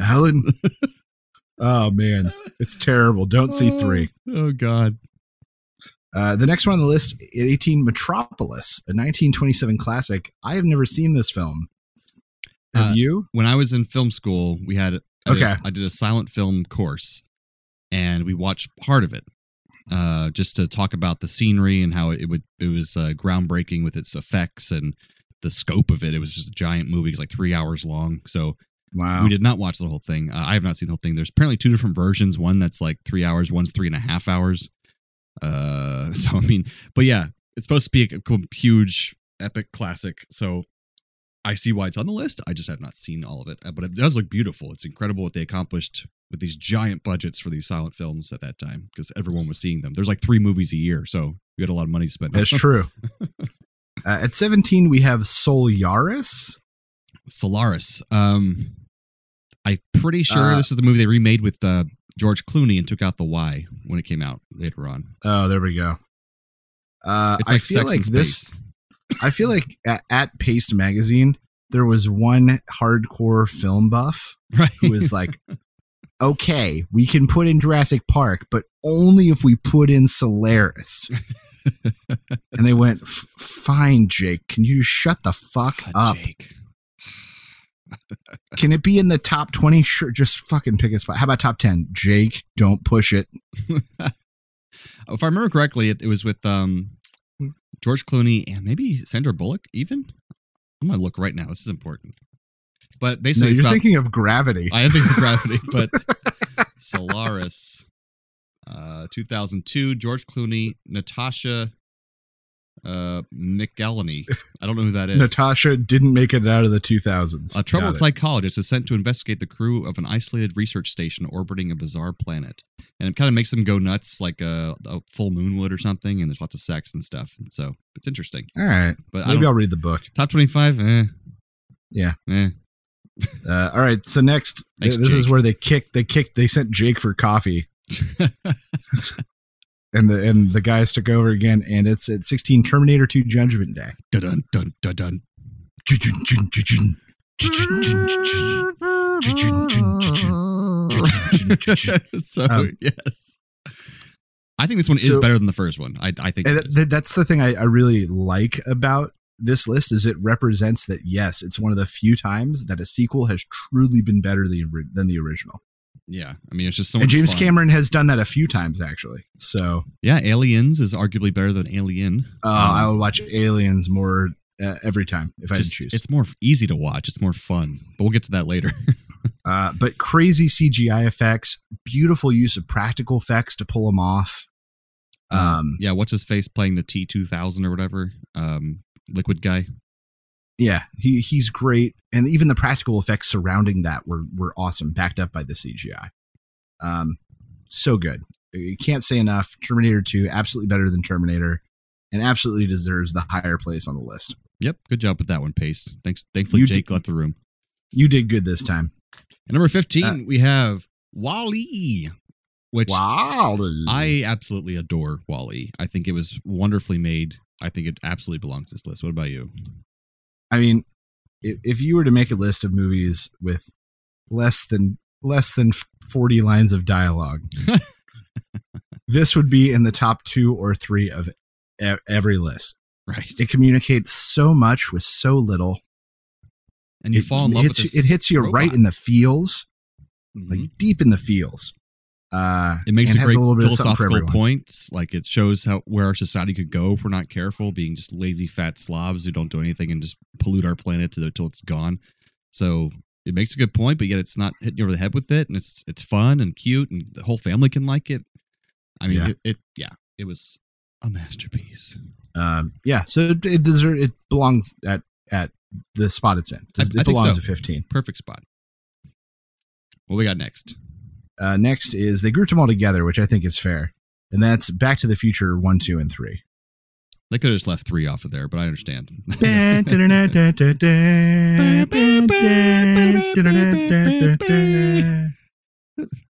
Speaker 12: Alan, oh man, it's terrible. Don't see three.
Speaker 11: Oh God.
Speaker 12: Uh, the next one on the list, 18 Metropolis, a 1927 classic. I have never seen this film. Have
Speaker 11: Uh,
Speaker 12: you?
Speaker 11: When I was in film school, we had I did a-
Speaker 12: Okay.
Speaker 11: I did a silent film course, and we watched part of it, uh, just to talk about the scenery and how it would it was uh, groundbreaking with its effects and the scope of it. It was just a giant movie, it was like three hours long. So
Speaker 12: Wow.
Speaker 11: we did not watch the whole thing. Uh, I have not seen the whole thing. There's apparently two different versions. One that's like three hours. One's three and a half hours. Uh, *laughs* so I mean, but yeah, it's supposed to be a c- huge epic classic. So I see why it's on the list. I just have not seen all of it, Uh, but it does look beautiful. It's incredible what they accomplished with these giant budgets for these silent films at that time because everyone was seeing them. There's like three movies a year, so you had a lot of money to spend. *laughs*
Speaker 12: That's true. Uh, at 17, we have Solaris.
Speaker 11: Solaris. Um, I'm pretty sure
Speaker 12: Uh,
Speaker 11: this is the movie they remade with uh, George Clooney and took out the Y when it came out later on.
Speaker 12: Oh, there we go. Uh,
Speaker 11: It's
Speaker 12: I
Speaker 11: like
Speaker 12: feel
Speaker 11: Sex
Speaker 12: like
Speaker 11: in
Speaker 12: this.
Speaker 11: Space. *laughs*
Speaker 12: I feel like at, at Paste Magazine, there was one hardcore film buff
Speaker 11: *laughs*
Speaker 12: who *laughs* was like, okay, we can put in Jurassic Park, but only if we put in Solaris. and they went, "F- fine, Jake, can you shut the fuck up?
Speaker 11: Jake.
Speaker 12: Can it be in the top 20? Sure, just fucking pick a spot. How about top 10? Jake, don't push it.
Speaker 11: Oh, If I remember correctly, it, it was with um, George Clooney and maybe Sandra Bullock. Even I'm gonna look right now. This is important. But
Speaker 12: No,
Speaker 11: basically, it's
Speaker 12: you're
Speaker 11: about,
Speaker 12: thinking of gravity. *laughs*
Speaker 11: I am thinking of Gravity, but Solaris, uh, 2002, George Clooney, Natasha uh, McElhenney. I don't know who that is.
Speaker 12: Natasha didn't make it out of the 2000s.
Speaker 11: a troubled
Speaker 12: Got it.
Speaker 11: psychologist is sent to investigate the crew of an isolated research station orbiting a bizarre planet, and it kind of makes them go nuts, like a, a full moon would or something. And there's lots of sex and stuff, so it's interesting.
Speaker 12: All right.
Speaker 11: But I
Speaker 12: Maybe
Speaker 11: don't-
Speaker 12: I'll read the book.
Speaker 11: Top twenty-five, eh,
Speaker 12: Yeah.
Speaker 11: eh. *laughs*
Speaker 12: Uh, all right. So next,
Speaker 11: Thanks,
Speaker 12: this is
Speaker 11: Jake.
Speaker 12: where they kicked. They kicked. They sent Jake for coffee, and the and the guys took over again. And it's at sixteen Terminator Two Judgment Day.
Speaker 11: Dun dun dun dun dun. *laughs* so
Speaker 12: Um,
Speaker 11: yes, I think this one is
Speaker 12: so-
Speaker 11: better than the first one. I I think
Speaker 12: And
Speaker 11: it
Speaker 12: that,
Speaker 11: is.
Speaker 12: that- that's the thing I, I really like about this list is it represents that yes, it's one of the few times that a sequel has truly been better than the, ori- than the original.
Speaker 11: yeah. I mean, it's just so much
Speaker 12: and James
Speaker 11: fun.
Speaker 12: Cameron has done that a few times actually. So
Speaker 11: Yeah, Aliens is arguably better than Alien. Um,
Speaker 12: uh, I will watch Aliens more uh, every time if I had to
Speaker 11: just,
Speaker 12: choose.
Speaker 11: it's more f- easy to watch. It's more fun, but we'll get to that later. *laughs*
Speaker 12: Uh, but crazy CGI effects, beautiful use of practical effects to pull them off. Um,
Speaker 11: yeah, what's his face playing the T two thousand or whatever? Um, liquid guy.
Speaker 12: yeah, he he's great, and even the practical effects surrounding that were were awesome, backed up by the CGI. Um, so good. You can't say enough. Terminator Two, absolutely better than Terminator, and absolutely deserves the higher place on the list.
Speaker 11: Yep, good job with that one, Pace. Thanks. Thankfully,
Speaker 12: You
Speaker 11: Jake
Speaker 12: did-
Speaker 11: left the room.
Speaker 12: You did good this time.
Speaker 11: And number fifteen,
Speaker 12: Uh,
Speaker 11: we have Wally, which
Speaker 12: Wow,
Speaker 11: I absolutely adore. Wally, I think it was wonderfully made. I think it absolutely belongs to this list. What about you?
Speaker 12: I mean, if, if you were to make a list of movies with less than less than forty lines of dialogue,
Speaker 11: *laughs*
Speaker 12: this would be in the top two or three of e- every list.
Speaker 11: Right,
Speaker 12: It communicates so much with so little.
Speaker 11: *laughs* and you
Speaker 12: it
Speaker 11: fall in love
Speaker 12: hits
Speaker 11: with this
Speaker 12: you- it hits you
Speaker 11: robot.
Speaker 12: right in the feels,
Speaker 11: Mhm.
Speaker 12: like deep in the feels. Uh,
Speaker 11: it makes
Speaker 12: and
Speaker 11: a
Speaker 12: has
Speaker 11: great
Speaker 12: bit of something for
Speaker 11: philosophical
Speaker 12: everyone.
Speaker 11: point. Like it shows how where our society could go if we're not careful, being just lazy fat slobs who don't do anything and just pollute our planet to- until it's gone. So it makes a good point, but yet it's not hitting you over the head with it, and it's it's fun and cute, and the whole family can like it. I mean,
Speaker 12: Yeah.
Speaker 11: It, it yeah, it was a masterpiece.
Speaker 12: Um, yeah, so it, it deserves it belongs at at the spot it's in.
Speaker 11: I- I
Speaker 12: It
Speaker 11: think
Speaker 12: belongs
Speaker 11: so.
Speaker 12: at fifteen.
Speaker 11: Perfect spot. What we got next?
Speaker 12: Uh, next is they grouped them all together, which I think is fair, and that's Back to the Future one, two, and three.
Speaker 11: They could have just left three off of there, but I understand.
Speaker 12: uh,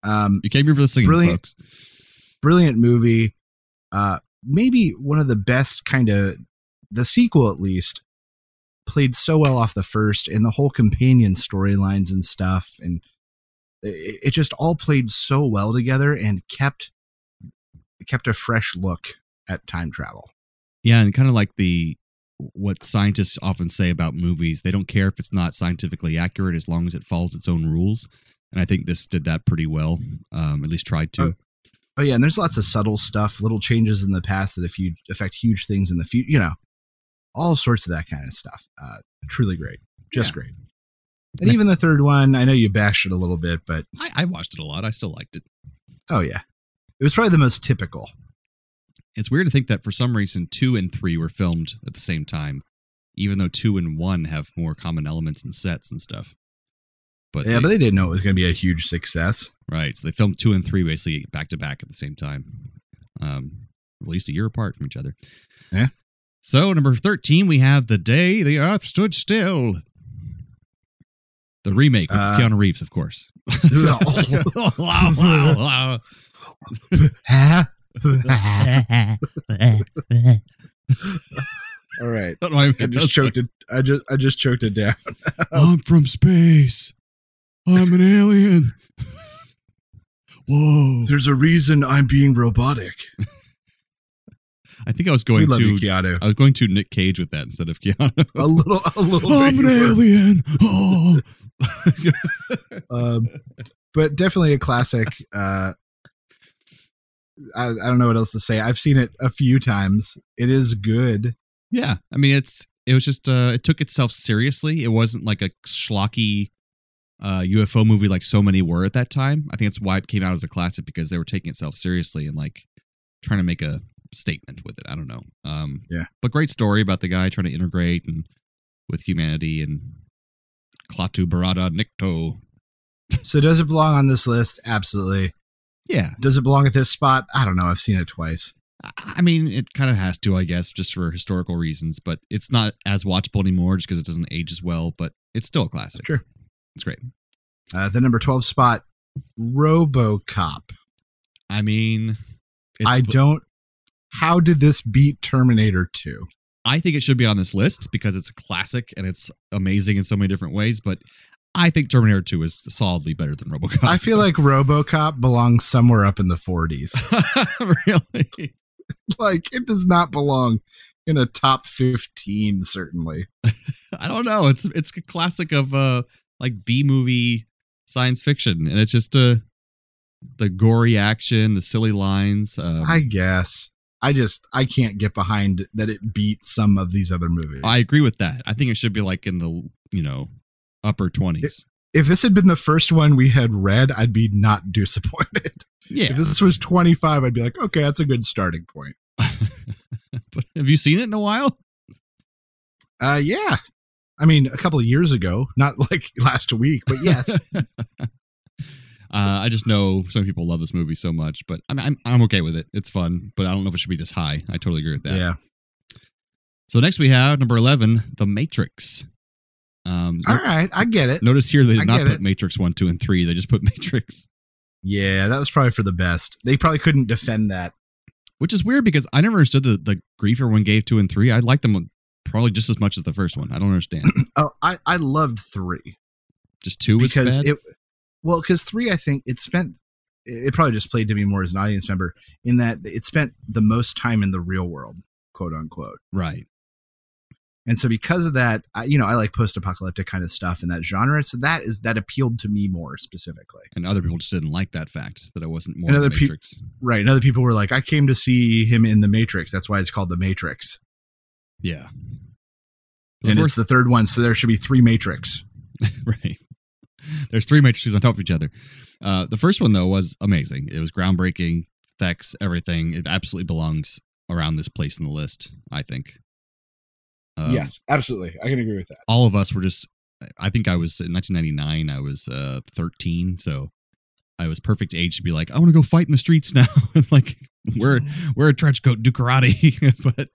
Speaker 12: Um,
Speaker 11: *laughs* you came here for the singing,
Speaker 12: brilliant,
Speaker 11: folks.
Speaker 12: Brilliant movie. Uh, maybe one of the best kind of the sequel, at least, played so well off the first, and the whole companion storylines and stuff, and it, it just all played so well together and kept kept a fresh look at time travel.
Speaker 11: Yeah, and kind of like the what scientists often say about movies, they don't care if it's not scientifically accurate as long as it follows its own rules. And I think this did that pretty well, um, at least tried to.
Speaker 12: Oh, oh, yeah, and there's lots of subtle stuff, little changes in the past that if you affect huge things in the future, you know, all sorts of that kind of stuff. Uh, truly great, just yeah. great. And even the third one, I know you bashed it a little bit, but
Speaker 11: I, I watched it a lot. I still liked it.
Speaker 12: Oh yeah, it was probably the most typical
Speaker 11: it's weird to think that for some reason two and three were filmed at the same time, even though two and one have more common elements and sets and stuff.
Speaker 12: But yeah, they, but they didn't know it was going to be a huge success, *laughs*
Speaker 11: right? So they filmed two and three basically back to back at the same time, um, released a year apart from each other.
Speaker 12: Yeah.
Speaker 11: So number thirteen, we have the day the Earth stood still. The remake with uh, Keanu Reeves, of course. *laughs*
Speaker 12: "Oh, *laughs* All right. I, *laughs* I just choked it. I just I just choked it down.
Speaker 11: I'm from space. I'm an alien. *laughs* Whoa.
Speaker 12: There's a reason I'm being robotic.
Speaker 11: I think I was going to you,
Speaker 12: *laughs*
Speaker 11: Keanu. I was going to Nick Cage with that instead of Keanu.
Speaker 12: a little a little
Speaker 11: I'm an *laughs* alien. Oh.
Speaker 12: um, but definitely a classic uh, I, I, don't know what else to say. I've seen it a few times. It is good.
Speaker 11: Yeah, I mean, it's it was just uh, it took itself seriously. It wasn't like a schlocky uh, UFO movie like so many were at that time. I think that's why it came out as a classic because they were taking itself seriously and like trying to make a statement with it. I don't know. Um,
Speaker 12: yeah,
Speaker 11: but great story about the guy trying to integrate and with humanity and Klaatu Barada Nikto.
Speaker 12: so does it belong on this list? Absolutely.
Speaker 11: Yeah.
Speaker 12: Does it belong at this spot? I don't know. I've seen it twice.
Speaker 11: I mean, it kind of has to, I guess, just for historical reasons, but it's not as watchable anymore just because it doesn't age as well, but it's still a classic.
Speaker 12: Sure.
Speaker 11: It's great.
Speaker 12: Uh, the number 12 spot, Robocop.
Speaker 11: I mean,
Speaker 12: I don't. How did this beat Terminator 2?
Speaker 11: I think it should be on this list because it's a classic and it's amazing in so many different ways, but I think Terminator 2 is solidly better than RoboCop.
Speaker 12: I feel like RoboCop belongs somewhere up in the 40s.
Speaker 11: *laughs* really?
Speaker 12: *laughs* Like it does not belong in a top 15 certainly.
Speaker 11: I don't know. It's it's a classic of uh like B movie science fiction and it's just uh the gory action, the silly lines. Um,
Speaker 12: I guess. I just I can't get behind that it beat some of these other movies.
Speaker 11: I agree with that. I think it should be like in the, you know, upper 20s.
Speaker 12: If this had been the first one we had read, I'd be not disappointed. *laughs*
Speaker 11: Yeah.
Speaker 12: If this was 25, I'd be like, okay, that's a good starting point.
Speaker 11: *laughs* but have you seen it in a while?
Speaker 12: Uh, yeah. I mean, a couple of years ago, not *laughs* like last week, but
Speaker 11: *laughs*
Speaker 12: yes.
Speaker 11: uh, I just know some people love this movie so much, but I'm, I'm I'm okay with it. It's fun, but I don't know if it should be this high. I totally agree with that.
Speaker 12: Yeah.
Speaker 11: So next we have number eleven, The Matrix.
Speaker 12: Um, All right, I get it.
Speaker 11: Notice here they did I not put it. Matrix one, two, and three. They just put *laughs* Matrix.
Speaker 12: Yeah, that was probably for the best. They probably couldn't defend that,
Speaker 11: which is weird because I never understood the the grief everyone gave two and three. I liked them probably just as much as the first one. I don't
Speaker 12: *clears throat*
Speaker 11: understand.
Speaker 12: oh, I I loved three.
Speaker 11: Just two because
Speaker 12: it well because three I think it spent it probably just played to me more as an audience member in that it spent the most time in the real world, quote unquote.
Speaker 11: Right.
Speaker 12: And so because of that, I, you know, I like post-apocalyptic kind of stuff in that genre. So that is that appealed to me more specifically.
Speaker 11: And other people just didn't like that fact that it wasn't more and other Matrix.
Speaker 12: Pe- right. And other people were like, I came to see him in the Matrix. That's why it's called the Matrix.
Speaker 11: Yeah.
Speaker 12: But and first, it's the third one, so there should be three Matrix.
Speaker 11: *laughs* right. There's three matrices on top of each other. Uh, the first one though was amazing. It was groundbreaking, effects, everything. It absolutely belongs around this place in the list, I think.
Speaker 12: Um, yes, absolutely. I can agree with that.
Speaker 11: All of us were just, I think I was in 1999, I was uh, 13. So I was perfect age to be like, I want to go fight in the streets now. *laughs* like,
Speaker 12: *laughs*
Speaker 11: wear, wear a trench coat, do karate. *laughs* but,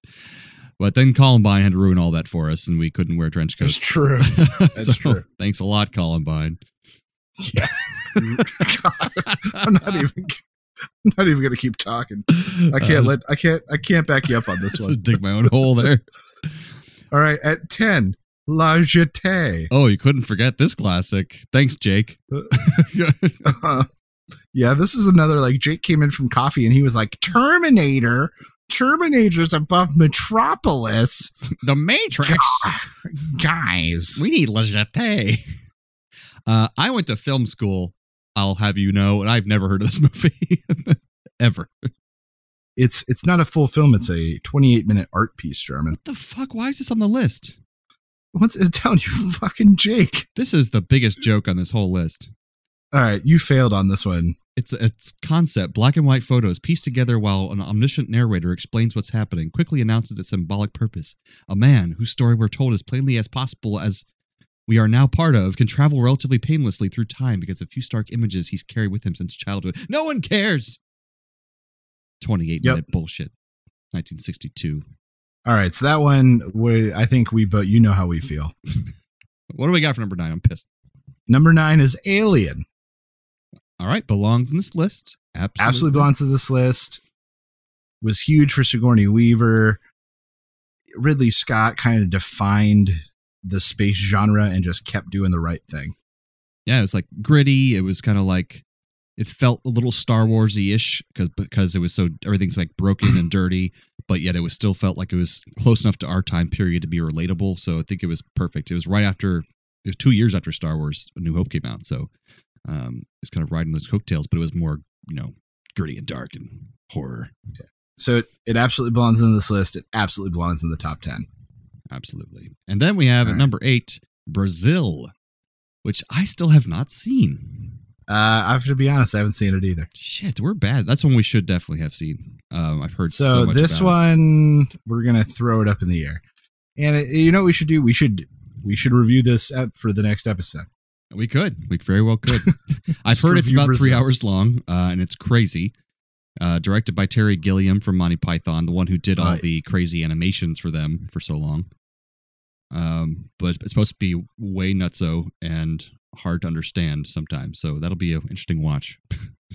Speaker 11: but then Columbine had to ruin all that for us and we couldn't wear trench coats. *laughs*
Speaker 12: That's true. That's so, true.
Speaker 11: Thanks a lot, Columbine. *laughs*
Speaker 12: Yeah. *laughs* God, I'm not even. I'm not even gonna keep talking. I can't let. I can't. I can't back you up on
Speaker 11: *laughs*
Speaker 12: this one.
Speaker 11: Uh, dig my own hole there.
Speaker 12: All right, at ten, La Jetée. *laughs*
Speaker 11: Oh, you couldn't forget this classic. Thanks, Jake.
Speaker 12: Uh, yeah, this is another like Jake came in from coffee and he was like Terminator. Terminator's above Metropolis.
Speaker 11: The Matrix.
Speaker 12: Guys,
Speaker 11: We need La Jetée. Uh, I went to film school. I'll have you know, and I've never heard of this *laughs* movie ever.
Speaker 12: it's it's not a full film. It's a 28 minute art piece, German.
Speaker 11: What the fuck? Why is this on the list?
Speaker 12: What's it telling you, *laughs* fucking Jake?
Speaker 11: This is the biggest joke on this whole list.
Speaker 12: All right, you failed on this one.
Speaker 11: It's its concept, black and white photos pieced together while an omniscient narrator explains what's happening, quickly announces its symbolic purpose. A man whose story we're told as plainly as possible as we are now part of can travel relatively painlessly through time because of few stark images he's carried with him since childhood. No one cares. 28
Speaker 12: Yep.
Speaker 11: minute bullshit. 1962.
Speaker 12: All right, so that one, we, I think we, but you know how we feel.
Speaker 11: What do we got for number 9? I'm pissed.
Speaker 12: Number nine is Alien.
Speaker 11: All right, belongs in this list. Absolutely.
Speaker 12: Absolutely belongs to this list. Was huge for Sigourney Weaver. Ridley Scott kind of defined the space genre and just kept doing the right thing.
Speaker 11: yeah, it was like gritty. It was kind of like it felt a little Star Warsy ish because because it was so everything's like broken and dirty, but yet it was still felt like it was close enough to our time period to be relatable. So I think it was perfect. It was right after it was two years after Star Wars: A New Hope came out, so um, it's kind of riding those coattails, but it was more you know gritty and dark and horror.
Speaker 12: So it, it absolutely belongs in this list. It absolutely belongs in the top 10.
Speaker 11: Absolutely. And then we have
Speaker 12: All
Speaker 11: at
Speaker 12: right.
Speaker 11: number eight Brazil, which I still have not seen.
Speaker 12: Uh, I have to be honest, I haven't seen it either.
Speaker 11: Shit, we're bad. That's one we should definitely have seen. Um, I've heard so,
Speaker 12: So,
Speaker 11: much
Speaker 12: this
Speaker 11: about it.
Speaker 12: one, we're going to throw it up in the air. And it, you know what we should do? We should we should review this up for the next episode.
Speaker 11: We could. We very well
Speaker 12: *laughs*
Speaker 11: could. I've
Speaker 12: Just
Speaker 11: heard it's
Speaker 12: review
Speaker 11: about three
Speaker 12: Brazil.
Speaker 11: hours long, uh, and it's crazy. Uh, directed by Terry Gilliam from Monty Python, the one who did all
Speaker 12: Right.
Speaker 11: the crazy animations for them for so long. Um, but it's supposed to be way nutso and hard to understand sometimes. So that'll be an interesting watch. *laughs*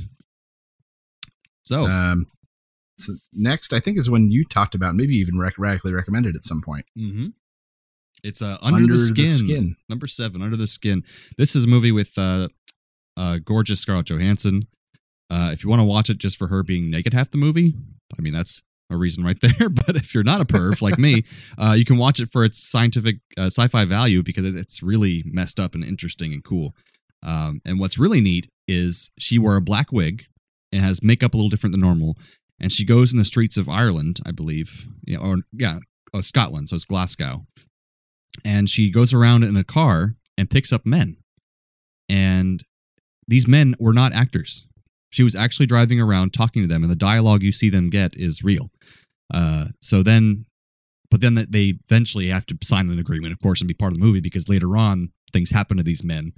Speaker 11: so
Speaker 12: Um, so next, I think is when you talked about, maybe even rec- radically recommended at some point.
Speaker 11: hmm It's uh, under, the, skin, Number seven, Under the Skin. This is a movie with uh, uh, gorgeous Scarlett Johansson. Uh, if you want to watch it just for her being naked half the movie, I mean, that's a reason right *laughs* there. But if you're not a perv like me, *laughs* uh, you can watch it for its scientific uh, sci fi value because it- it's really messed up and interesting and cool. Um, and what's really neat is she wore a black wig and has makeup a little different than normal. And she goes in the streets of Ireland, I believe, yeah, or yeah, oh, Scotland. So it's Glasgow. And she goes around in a car and picks up men. And these men were not actors. She was actually driving around talking to them, and the dialogue you see them get is real. Uh, so then, but then they eventually have to sign an agreement, of course, and be part of the movie because later on things happen to these men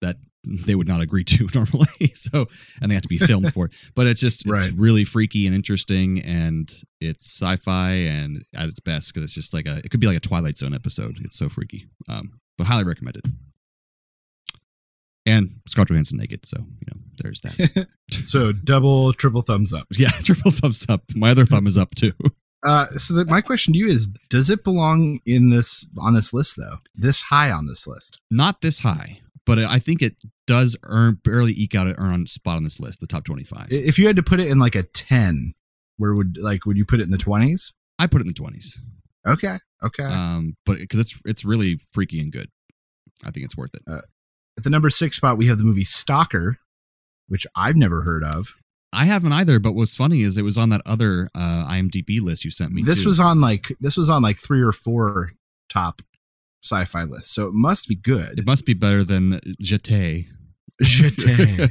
Speaker 11: that they would not agree *laughs* to normally. so, and they have to be filmed for it. But it's just, it's
Speaker 12: Right.
Speaker 11: really freaky and interesting, and it's sci fi and at its best because it's just like a, it could be like a Twilight Zone episode. It's so freaky. Um, but highly recommended. And Scott Johansson naked. So, you know, there's that.
Speaker 12: So double, triple thumbs up.
Speaker 11: Yeah, *laughs* triple thumbs up. My other thumb is up too.
Speaker 12: Uh, so that my question to you is, does it belong in this on this list though? This high on this list?
Speaker 11: Not this high, but I think it does earn barely eke out an earn spot on this list, the top
Speaker 12: I-
Speaker 11: twenty-five.
Speaker 12: If you had to put it in like a ten, where would like would you put it in the twenties?
Speaker 11: I put it in the twenties,
Speaker 12: Okay, okay.
Speaker 11: um, but because it's it's really freaky and good, I think it's worth it.
Speaker 12: At the number six spot, we have the movie Stalker, which I've never heard of.
Speaker 11: I haven't either, but what's funny is it was on that other uh, IMDb list you sent me.
Speaker 12: this
Speaker 11: too.
Speaker 12: was on like this was on like three or four top sci-fi lists, so it must be
Speaker 11: it
Speaker 12: good.
Speaker 11: must be better than Jeté.
Speaker 12: Jeté.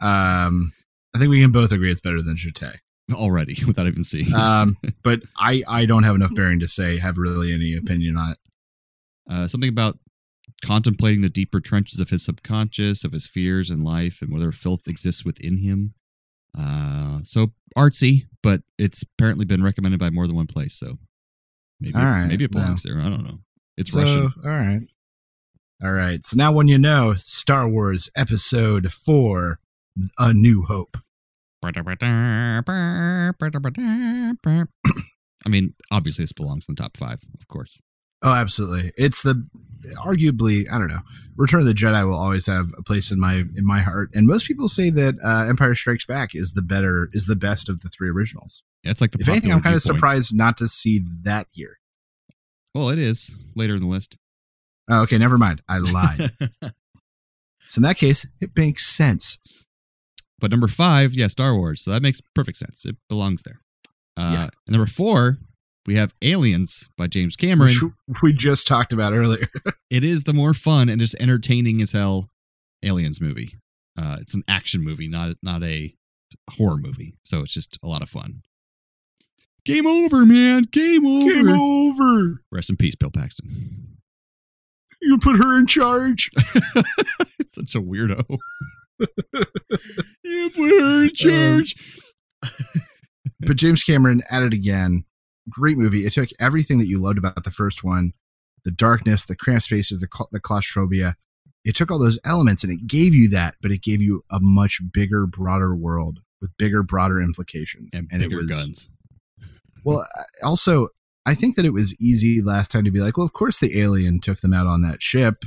Speaker 12: um, I think we can both agree it's better than Jete.
Speaker 11: *laughs* already without even seeing.
Speaker 12: Um, but I I don't have enough bearing to say have really any opinion on it.
Speaker 11: uh, something about contemplating the deeper trenches of his subconscious, of his fears and life, and whether filth exists within him. Uh, so artsy, but it's apparently been recommended by more than one place. So maybe
Speaker 12: All right,
Speaker 11: maybe it belongs there. I don't know. It's
Speaker 12: so,
Speaker 11: Russian.
Speaker 12: All right. All right. So now when you know Star Wars Episode 4 A New Hope.
Speaker 11: I mean, obviously this belongs in the top 5, of course.
Speaker 12: Oh, absolutely. It's the arguably, I don't know. Return of the Jedi will always have a place in my in my heart. And most people say that uh, Empire Strikes Back is the better is the best of the three originals.
Speaker 11: Yeah, it's like the
Speaker 12: If anything,
Speaker 11: popular
Speaker 12: I'm kind of
Speaker 11: viewpoint.
Speaker 12: surprised not to see that here.
Speaker 11: Well, it is later in the list.
Speaker 12: Oh, okay, never mind.
Speaker 11: *laughs*
Speaker 12: I lied. so in that case, it makes sense.
Speaker 11: But number five, yeah, Star Wars. So that makes perfect sense. It belongs there. Uh, And number four, we have Aliens by James Cameron.
Speaker 12: Which *laughs* we just talked about earlier.
Speaker 11: it is the more fun and just entertaining as hell Aliens movie. Uh, it's an action movie, not not a horror movie. So it's just a lot of fun. Game over, man. Game over.
Speaker 12: *laughs* Game over.
Speaker 11: Rest in peace, Bill Paxton. *laughs*
Speaker 12: You put her in charge.
Speaker 11: Such a weirdo. Um, you put *laughs* her in charge.
Speaker 12: *laughs* but James Cameron at it again. Great movie. It took everything that you loved about the first one, the darkness, the cramped spaces, the cla- the claustrophobia. It took all those elements and it gave you that, but it gave you a much bigger, broader world with bigger, broader implications.
Speaker 11: and,
Speaker 12: it
Speaker 11: bigger
Speaker 12: was
Speaker 11: guns.
Speaker 12: well. I- Also, I think that it was easy last time to be like, well, of course the alien took them out on that ship.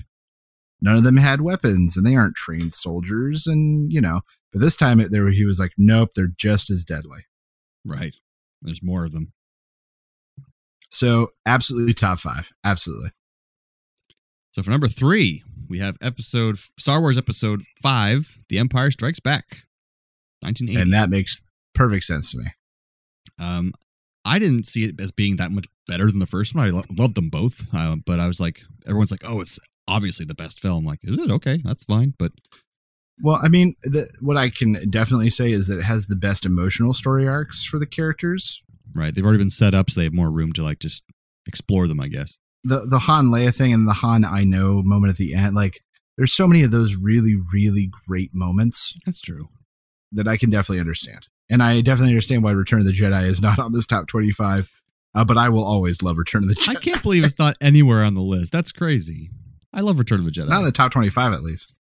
Speaker 12: None of them had weapons, and they aren't trained soldiers, and you know. But this time, it, there he was like, nope, they're just as deadly.
Speaker 11: Right. There's more of them.
Speaker 12: So absolutely top five. Absolutely.
Speaker 11: So for number three, we have episode Star Wars episode five, The Empire Strikes Back, 1980.
Speaker 12: And that makes perfect sense to me.
Speaker 11: Um, I didn't see it as being that much better than the first one. I lo- loved them both, uh, but I was like, everyone's like, oh, it's obviously the best film. like, is it okay? That's fine, but
Speaker 12: Well, I mean, the, what I can definitely say is that it has the best emotional story arcs for the characters.
Speaker 11: right, they've already been set up, so they have more room to like just explore them, I guess.
Speaker 12: The the Han Leia thing and the Han I know moment at the end, like there's so many of those really really great moments
Speaker 11: That's true.
Speaker 12: that I can definitely understand, and I definitely understand why Return of the Jedi is not on this top 25. Uh, but I will always love Return of the
Speaker 11: I
Speaker 12: Jedi.
Speaker 11: can't believe it's not anywhere on the list. That's crazy. I love Return of the Jedi.
Speaker 12: Not in the top 25 at least.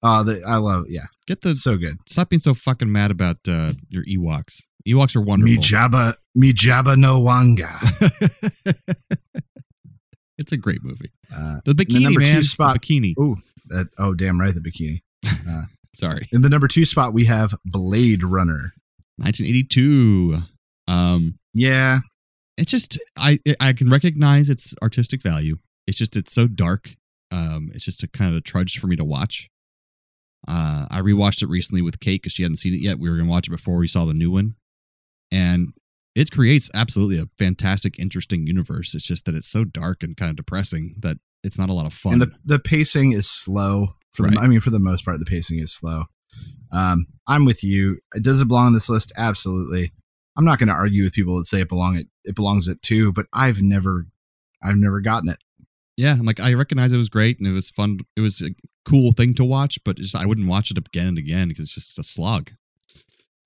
Speaker 12: Uh, the, I love yeah,
Speaker 11: Get the
Speaker 12: so good.
Speaker 11: stop being so fucking mad about uh, your Ewoks. Ewoks are wonderful.
Speaker 12: Me Jabba, me Jabba no Wanga.
Speaker 11: *laughs* it's a great movie.
Speaker 12: Uh,
Speaker 11: The
Speaker 12: the
Speaker 11: bikini
Speaker 12: number
Speaker 11: man,
Speaker 12: two spot.
Speaker 11: The bikini.
Speaker 12: Oh, that, oh, damn right, the bikini. Uh,
Speaker 11: Sorry,
Speaker 12: in the number two spot, we have Blade Runner.
Speaker 11: 1982. Um,
Speaker 12: Yeah,
Speaker 11: it's just I I can recognize its artistic value. It's just it's so dark. Um, it's just a kind of a trudge for me to watch. Uh, I rewatched it recently with Kate because she hadn't seen it yet. We were gonna watch it before we saw the new one, and it creates absolutely a fantastic, interesting universe. It's just that it's so dark and kind of depressing that it's not a lot of fun.
Speaker 12: and the the pacing is slow. For the,
Speaker 11: Right.
Speaker 12: I mean, for the most part, the pacing is slow. Um, I'm with you. Does it belong on this list? Absolutely. I'm not going to argue with people that say it belong it it belongs at two, but I've never, I've never gotten it.
Speaker 11: yeah, I'm like I recognize it was great and it was fun. It was a cool thing to watch, but just I wouldn't watch it again and again because it's just a slog.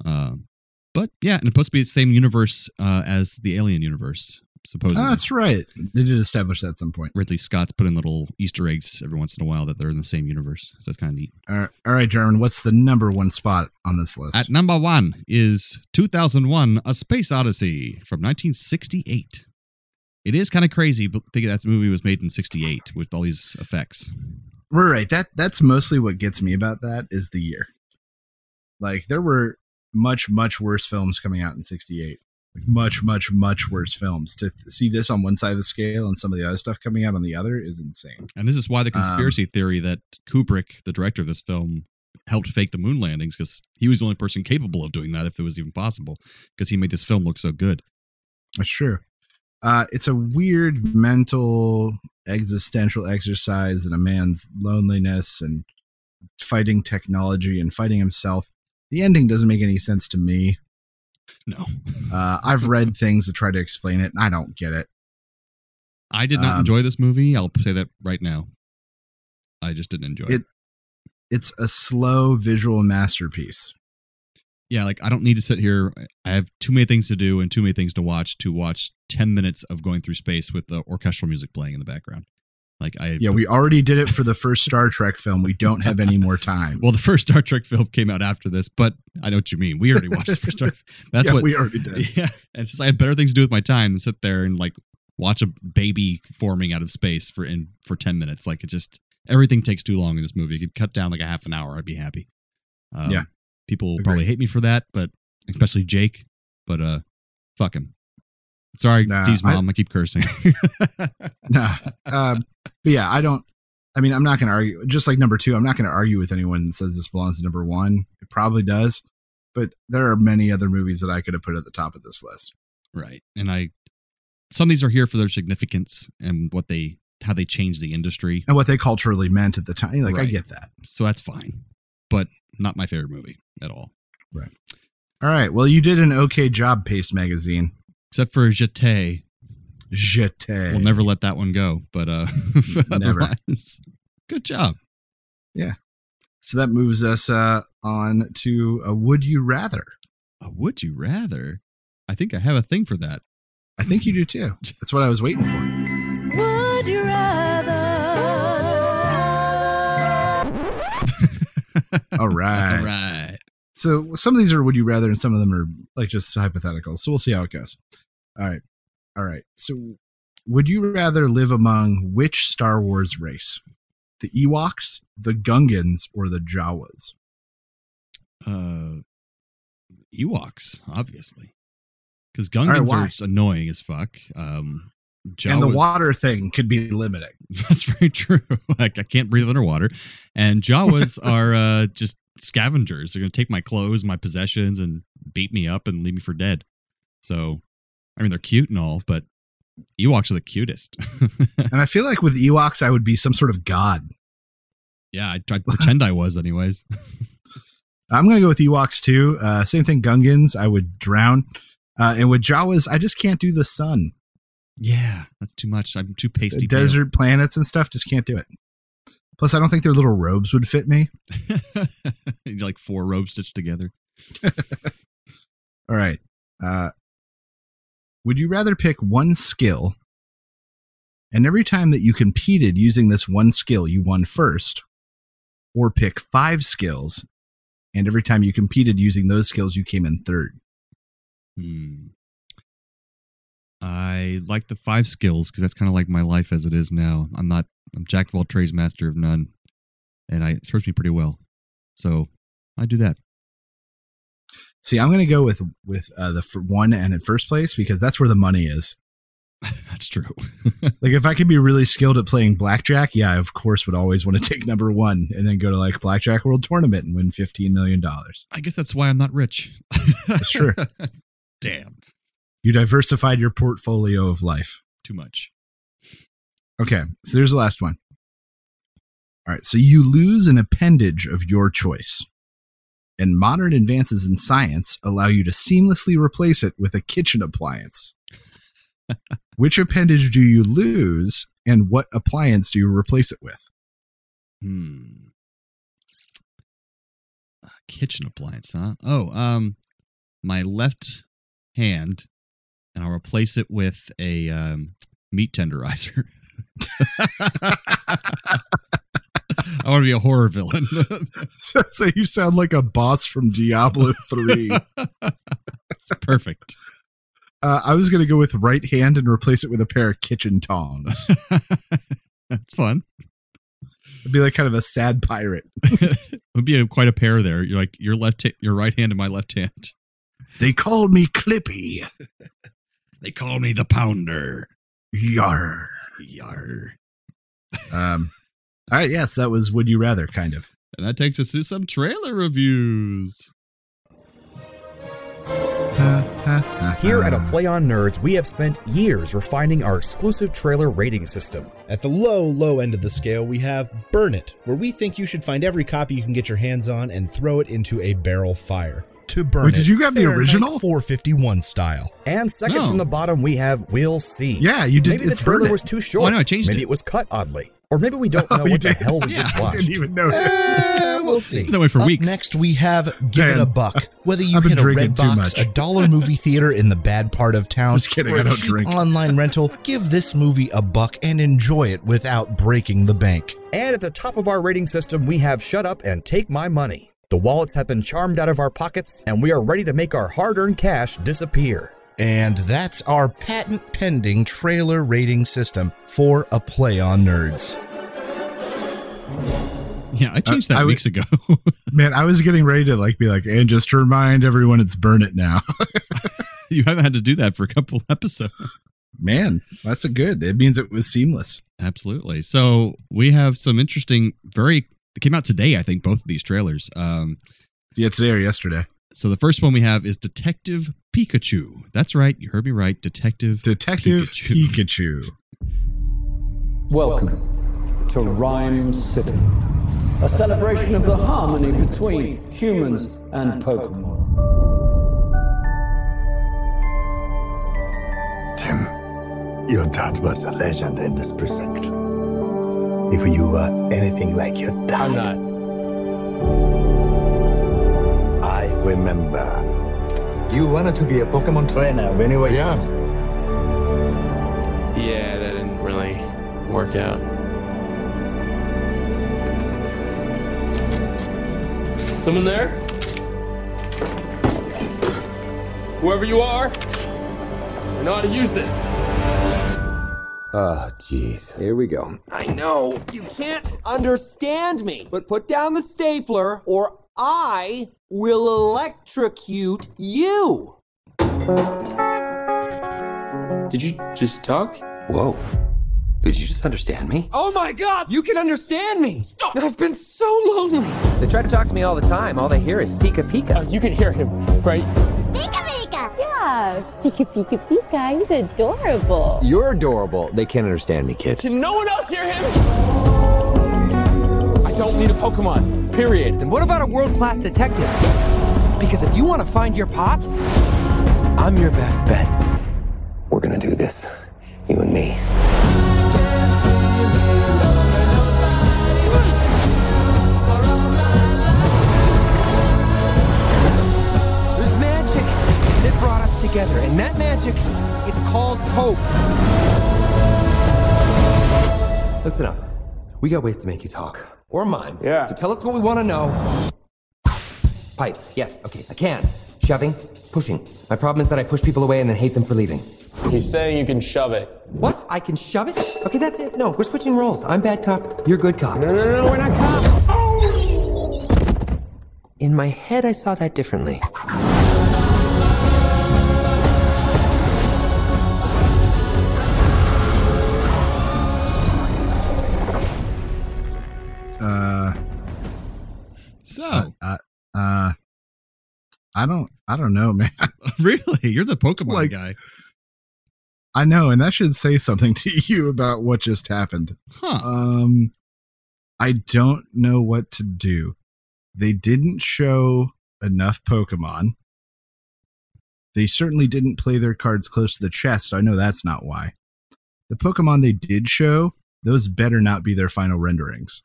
Speaker 11: Um, but yeah, and it's supposed to be the same universe uh, as the Alien universe, supposedly.
Speaker 12: Oh, that's right. They did establish that at some point.
Speaker 11: Ridley Scott's put in little Easter eggs every once in a while that they're in the same universe. So it's kind of neat.
Speaker 12: All right, all right, German. What's the number one spot on this list?
Speaker 11: At number one is 2001 A Space Odyssey from 1968. It is kind of crazy, but thinking that movie was made in 68 with all these effects.
Speaker 12: We're right. That that's mostly what gets me about that is the year. Like there were much much worse films coming out in '68. Like much much much worse films. To th- see this on one side of the scale and some of the other stuff coming out on the other is insane.
Speaker 11: And this is why
Speaker 12: Um,
Speaker 11: the conspiracy theory that Kubrick, the director of this film, helped fake the moon landings because he was the only person capable of doing that if it was even possible because he made this film look so good.
Speaker 12: That's true. Uh, it's a weird mental existential exercise in a man's loneliness and fighting technology and fighting himself. The ending doesn't make any sense to me.
Speaker 11: No,
Speaker 12: Uh, I've read things that try to explain it, and I don't get it.
Speaker 11: I did not
Speaker 12: Um,
Speaker 11: enjoy this movie. I'll say that right now. I just didn't enjoy it.
Speaker 12: It- It's a slow visual masterpiece.
Speaker 11: Yeah, like I don't need to sit here. I have too many things to do and too many things to watch to watch 10 minutes of going through space with the orchestral music playing in the background. Like I
Speaker 12: yeah, we already did it for the first Star Trek film. We don't have any more time.
Speaker 11: Well, the first *laughs* Star Trek film came out after this, but I know what you mean. We already watched the first Star. That's
Speaker 12: *laughs* Yeah,
Speaker 11: what
Speaker 12: we already *laughs*
Speaker 11: *laughs*
Speaker 12: did.
Speaker 11: Yeah, and since I had better things to do with my time than sit there and like watch a baby forming out of space for in for ten minutes, like it just everything takes too long in this movie. It could cut down like a half an hour. I'd be happy. Um,
Speaker 12: Yeah.
Speaker 11: people will probably hate me for that, but especially Jake. But uh, fuck him. Sorry,
Speaker 12: Nah,
Speaker 11: Steve's
Speaker 12: I-
Speaker 11: mom. I, keep
Speaker 12: *laughs*
Speaker 11: cursing. *laughs*
Speaker 12: no. Um, but yeah, I don't. I mean, I'm not going to argue. Just like number two, I'm not going to argue with anyone that says this belongs to number one. It probably does, but there are many other movies that I could have put at the top of this list.
Speaker 11: Right. And I some of these are here for their significance and what they how they change the industry.
Speaker 12: and what they culturally meant at the time. Like I
Speaker 11: Right.
Speaker 12: get that.
Speaker 11: So that's fine. But not my favorite movie at all.
Speaker 12: Right. All right. Well, you did an okay job, Pace Magazine.
Speaker 11: Except for Jete.
Speaker 12: Jete.
Speaker 11: We'll never let that one go. But uh *laughs*
Speaker 12: Never.
Speaker 11: otherwise. Good job.
Speaker 12: Yeah. So that moves us uh, on to a Would You Rather.
Speaker 11: A Oh, Would You Rather? I think I have a thing for that. *laughs*
Speaker 12: I think you do too. That's what I was waiting for.
Speaker 14: Would you rather?
Speaker 12: All right.
Speaker 11: All right.
Speaker 12: So some of these are Would You Rather and some of them are like just hypothetical. So we'll see how it goes. All right. All right. So would you rather live among which Star Wars race? The Ewoks, the Gungans, or the Jawas?
Speaker 11: Uh Ewoks, obviously. Because
Speaker 12: right,
Speaker 11: Gungans
Speaker 12: why?
Speaker 11: are annoying as fuck. Um
Speaker 12: and the
Speaker 11: Jawas-
Speaker 12: water thing could be limiting.
Speaker 11: *laughs* That's very true. Like I can't breathe underwater. And *laughs* Jawas are uh, just scavengers. They're gonna take my clothes, my possessions, and beat me up and leave me for dead. So, I mean, they're cute and all, but Ewoks are the cutest. *laughs*
Speaker 12: and I feel like with Ewoks, I would be some sort of god.
Speaker 11: yeah, I *laughs* tried to pretend I was, anyways.
Speaker 12: I'm going to go with Ewoks too. Uh, same thing, Gungans, I would drown. Uh, and with Jawas, I just can't do the sun.
Speaker 11: Yeah, that's too much. I'm too pasty. pale. *laughs*
Speaker 12: Desert planets and stuff, just can't do it. Plus, I don't think their little robes would fit me.
Speaker 11: like four robes stitched together.
Speaker 12: All right. Uh, would you rather pick one skill? And every time that you competed using this one skill, you won first, or pick five skills, and every time you competed using those skills, you came in third.
Speaker 11: Hmm. I like the five skills because that's kind of like my life as it is now. I'm not. I'm jack of all trades, master of none, and I it serves me pretty well. So I do that. *laughs*
Speaker 12: See, I'm going to go with with uh, the f- one and in first place because that's where the money is.
Speaker 11: That's true.
Speaker 12: Like, if I could be really skilled at playing blackjack, yeah, I of course would always want to *laughs* take number one and then go to like blackjack world tournament and win fifteen million dollars.
Speaker 11: I guess that's why I'm not rich.
Speaker 12: Sure,
Speaker 11: *laughs* Damn,
Speaker 12: you diversified your portfolio of life.
Speaker 11: too much.
Speaker 12: Okay, so there's the last one. All right, so you lose an appendage of your choice, and modern advances in science allow you to seamlessly replace it with a kitchen appliance. Which appendage do you lose, and what appliance do you replace it with?
Speaker 11: Hmm. Uh, kitchen appliance, huh? Oh, um, my left hand, and I'll replace it with a um, meat tenderizer. *laughs* I want to be a horror villain. *laughs*
Speaker 12: *laughs* so you sound like a boss from
Speaker 15: *laughs*
Speaker 12: Diablo 3.
Speaker 11: it's perfect.
Speaker 12: Uh, I was going to go with right hand and replace it with a pair of kitchen tongs.
Speaker 11: That's fun.
Speaker 12: It'd be like kind of a sad pirate.
Speaker 11: it would be a, quite a pair there. You're like your left, ha- your right hand, and my left hand.
Speaker 12: They called me Clippy.
Speaker 11: They call me the Pounder.
Speaker 12: Yar.
Speaker 11: Yar.
Speaker 12: Um, all right, yes, that was Would You Rather, kind of.
Speaker 11: And that takes us to some trailer reviews.
Speaker 15: *laughs* Here at A
Speaker 12: *laughs*
Speaker 15: Play on Nerds, we have spent years refining our exclusive trailer rating system.
Speaker 10: At the low, low end of the scale, we have Burn It, where we think you should find every copy you can get your hands on and throw it into a barrel fire. To burn
Speaker 12: Wait, did
Speaker 10: It,
Speaker 12: you grab the
Speaker 10: Fahrenheit
Speaker 12: original?
Speaker 10: 451 style.
Speaker 15: And second
Speaker 10: No.
Speaker 15: from the bottom, we have We'll See.
Speaker 10: Yeah, you did-
Speaker 15: Maybe the
Speaker 10: it's Burn
Speaker 15: trailer
Speaker 10: It.
Speaker 15: was too short.
Speaker 10: Oh, no, I changed
Speaker 15: Maybe
Speaker 10: it. *laughs*
Speaker 12: *laughs*
Speaker 15: it was cut oddly. Or maybe we don't know what the hell we just watched.
Speaker 12: even notice.
Speaker 15: Eh,
Speaker 16: we'll see.
Speaker 11: That way for
Speaker 16: Up
Speaker 11: weeks.
Speaker 16: Next, we have give it a buck. Whether you
Speaker 12: I've been
Speaker 16: hit a
Speaker 12: drinking
Speaker 16: red
Speaker 12: too
Speaker 16: box,
Speaker 12: much.
Speaker 16: a dollar movie theater in the bad part of town,
Speaker 12: Just kidding,
Speaker 16: or
Speaker 12: I
Speaker 16: a
Speaker 12: don't
Speaker 16: cheap
Speaker 12: drink. *laughs*
Speaker 16: online rental, give this movie a buck and enjoy it without breaking the bank.
Speaker 15: And at the top of our rating system, we have Shut Up and Take My Money. The wallets have been charmed out of our pockets, and we are ready to make our hard earned cash disappear.
Speaker 16: And that's our patent pending trailer rating system for a play on nerds.
Speaker 11: Yeah, I changed
Speaker 12: Uh,
Speaker 11: that
Speaker 12: I would-
Speaker 11: weeks ago. *laughs*
Speaker 12: Man, I was getting ready to like be like, and just to remind everyone, it's burn it now. *laughs*
Speaker 11: *laughs* you haven't had to do that for a couple *laughs* episodes.
Speaker 12: Man, that's a good. It means it was seamless.
Speaker 11: Absolutely. So we have some interesting, very, they came out today, I think, both of these trailers. Um,
Speaker 12: yeah, today or yesterday.
Speaker 11: So the first one we have is Detective Pikachu. That's right. You heard me right. Detective
Speaker 12: Detective
Speaker 11: Pikachu.
Speaker 12: Pikachu.
Speaker 17: Welcome to Rhyme City, a celebration of the harmony between humans and Pokemon.
Speaker 18: Tim, your dad was a legend in this precinct. If you were anything like your dad. I'm not. I remember. You wanted to be a Pokemon trainer when you were young.
Speaker 19: Yeah, that didn't really work out. Someone there? Whoever you are, I know how to use this.
Speaker 20: Ah,
Speaker 7: Oh, jeez. Here we go.
Speaker 19: I know. You can't understand me.
Speaker 20: But put down the stapler or I will electrocute you.
Speaker 19: Did you just talk?
Speaker 7: Whoa. Did you just understand me?
Speaker 20: Oh my god, you can understand me. Stop. I've been so lonely. They try to talk to me all the time. All they hear is Pika Pika. you can hear him, right?
Speaker 21: Pika Pika! Yeah, Pika Pika Pika, he's adorable.
Speaker 7: You're adorable. They can't understand me, kid.
Speaker 19: Can no one else hear him? I don't need a Pokemon. Period.
Speaker 20: Then what about a world-class detective? Because if you want to find your pops, I'm your best bet.
Speaker 7: We're gonna do this. You and me.
Speaker 20: There's magic that brought us together, and that magic is called hope.
Speaker 7: Listen up. We got ways to make you talk.
Speaker 20: Or mine. Yeah. So tell us what we want to know.
Speaker 7: Pipe. Yes. Okay. I can. Shoving. Pushing. My problem is that I push people away and then hate them for leaving.
Speaker 19: He's saying you can shove it.
Speaker 7: What? I can shove it? Okay, that's it. No, we're switching roles. I'm bad cop. You're good cop. No,
Speaker 20: no, no, we're not cops.
Speaker 7: In my head, I saw that differently.
Speaker 12: Uh,
Speaker 11: so
Speaker 12: uh, uh, I don't, I don't know, *laughs* man.
Speaker 11: *laughs* really, you're the Pokemon guy.
Speaker 12: I know, and that should say something *laughs* to you about what just happened.
Speaker 11: Huh.
Speaker 12: Um, I don't know what to do. They didn't show enough Pokemon. They certainly didn't play their cards close to the chest, so I know that's not why. The Pokemon they did show, those better not be their final renderings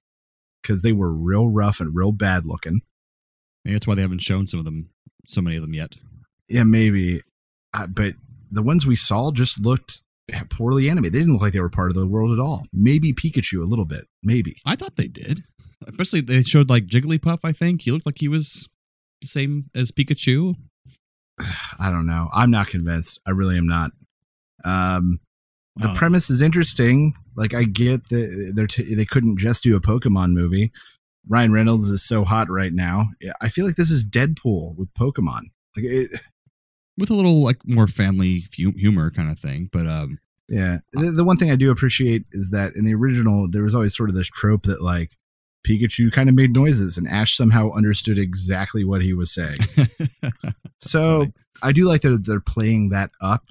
Speaker 12: because they were real rough and real bad looking.
Speaker 11: Maybe that's why they haven't shown some of them, so many of them yet.
Speaker 12: Yeah, maybe. Uh, but the ones we saw just looked poorly animated. They didn't look like they were part of the world at all. Maybe Pikachu a little bit. Maybe.
Speaker 11: I thought they did. Especially they showed like Jigglypuff. I think he looked like he was the same as Pikachu.
Speaker 12: I don't know. I'm not convinced. I really am not. Um, the
Speaker 11: Wow.
Speaker 12: premise is interesting. Like I get that they're t- they couldn't just do a Pokemon movie. Ryan Reynolds is so hot right now. Yeah, I feel like this is Deadpool with Pokemon. Like it,
Speaker 11: with a little like more family fu- humor kind of thing. But um, *laughs*
Speaker 12: Yeah. The, the one thing I do appreciate is that in the original, there was always sort of this trope that like Pikachu kind of made noises and Ash somehow understood exactly what he was *laughs* saying. so I do like that they're playing that up.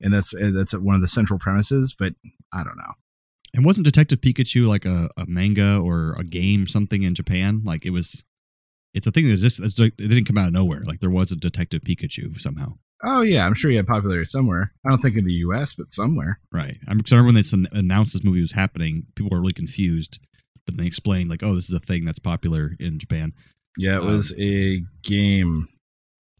Speaker 12: And that's uh, that's one of the central premises, but I don't know.
Speaker 11: and wasn't Detective Pikachu like a, a manga or a game something in Japan? Like it was, it's a thing that just it's like, it didn't come out of nowhere. Like there was a Detective Pikachu somehow.
Speaker 12: Oh yeah, I'm sure he had popularity somewhere. I don't think in the U.S., but somewhere.
Speaker 11: Right. I'm because I remember when they s- announced this movie was happening, people were really confused. But they explain like, oh, this is a thing that's popular in Japan.
Speaker 12: Yeah, it was a game.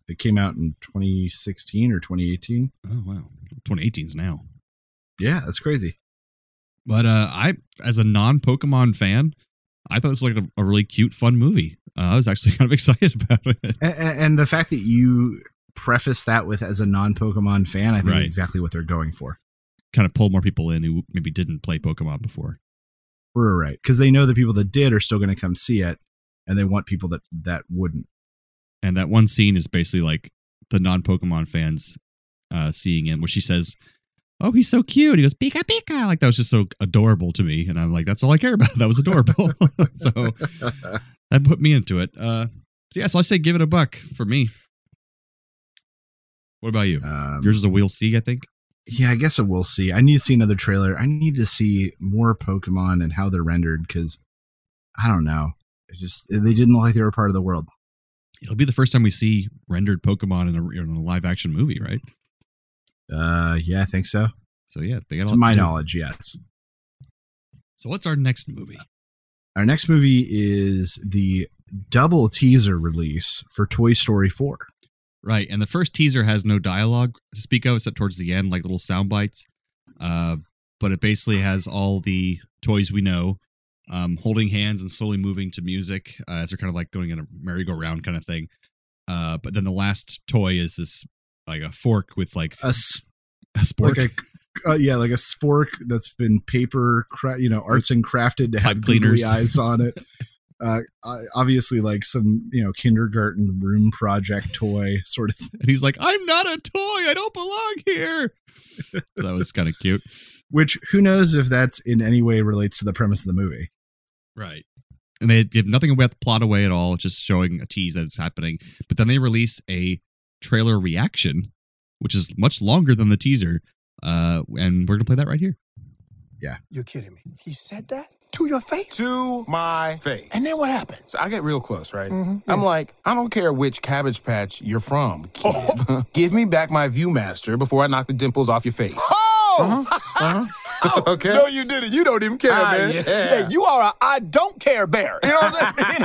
Speaker 12: It came out in 2016 or 2018.
Speaker 11: Oh wow, 2018's now.
Speaker 12: Yeah, that's crazy.
Speaker 11: But uh, I, as a non Pokemon fan, I thought this was like a, a really cute, fun movie. Uh, I was actually *laughs* kind of excited about it.
Speaker 12: And, and the fact that you preface that with as a non Pokemon fan, I think
Speaker 11: Right.
Speaker 12: is exactly what they're going for.
Speaker 11: kind of pull more people in who maybe didn't play Pokemon before.
Speaker 12: We're right because they know the people that did are still going to come see it, and they want people that that wouldn't.
Speaker 11: And that one scene is basically like the non Pokemon fans uh, seeing him, where she says, "Oh, he's so cute." He goes, "Pika Pika!" Like that was just so adorable to me, and I'm like, "That's all I care about." *laughs* That was adorable. so that put me into it. Uh, so yeah, so I say give it a buck for me. What about
Speaker 12: Um,
Speaker 11: you? Yours is a wheel C, I think.
Speaker 12: Yeah, I guess we'll see. I need to see another trailer. I need to see more Pokemon and how they're rendered because I don't know. It's just they didn't look like they were part of the world.
Speaker 11: It'll be the first time we see rendered Pokemon in a, in a live action movie, right?
Speaker 12: Uh, yeah, I think so.
Speaker 11: So yeah, they got
Speaker 12: to
Speaker 11: all-
Speaker 12: my knowledge, yes.
Speaker 11: So what's our next movie?
Speaker 12: Our next movie is the double teaser release for Toy Story 4.
Speaker 11: Right, and the first teaser has no dialogue to speak of except towards the end, like little sound bites. Uh, but it basically has all the toys we know um, holding hands and slowly moving to music uh, as they're kind of like going in a merry-go-round kind of thing. Uh, but then the last toy is this like a fork with like
Speaker 12: A s-
Speaker 11: a spork.
Speaker 12: Uh, like a uh, yeah, like a spork that's been paper, cra- you know, arts and crafted to
Speaker 11: Pipe
Speaker 12: have googly
Speaker 11: cleaners.
Speaker 12: eyes
Speaker 11: *laughs*
Speaker 12: on it. Uh, I- obviously, like some you know kindergarten room project toy sort of thing,
Speaker 11: *laughs* and he's like, "I'm not a toy. I don't belong here." that was kind of cute.
Speaker 12: which who knows if that's in any way relates to the premise of the movie.
Speaker 11: Right. And they give nothing about the plot away at all, just showing a tease that it's happening. But then they release a trailer reaction, which is much longer than the teaser. Uh, and we're gonna play that right here.
Speaker 12: Yeah.
Speaker 1: You're kidding me. He said that to your face? To my face. And then what happened?
Speaker 22: So I get real close, right?
Speaker 1: Mhm,
Speaker 22: I'm like, I don't care which cabbage patch you're from. kid. Give me back my Viewmaster before I knock the dimples off your face.
Speaker 1: Oh!
Speaker 22: Uh-huh. okay.
Speaker 1: *laughs* No, you didn't. You don't even care,
Speaker 22: Ah,
Speaker 1: man.
Speaker 22: yeah.
Speaker 1: you are a I don't care bear. You know what I'm saying?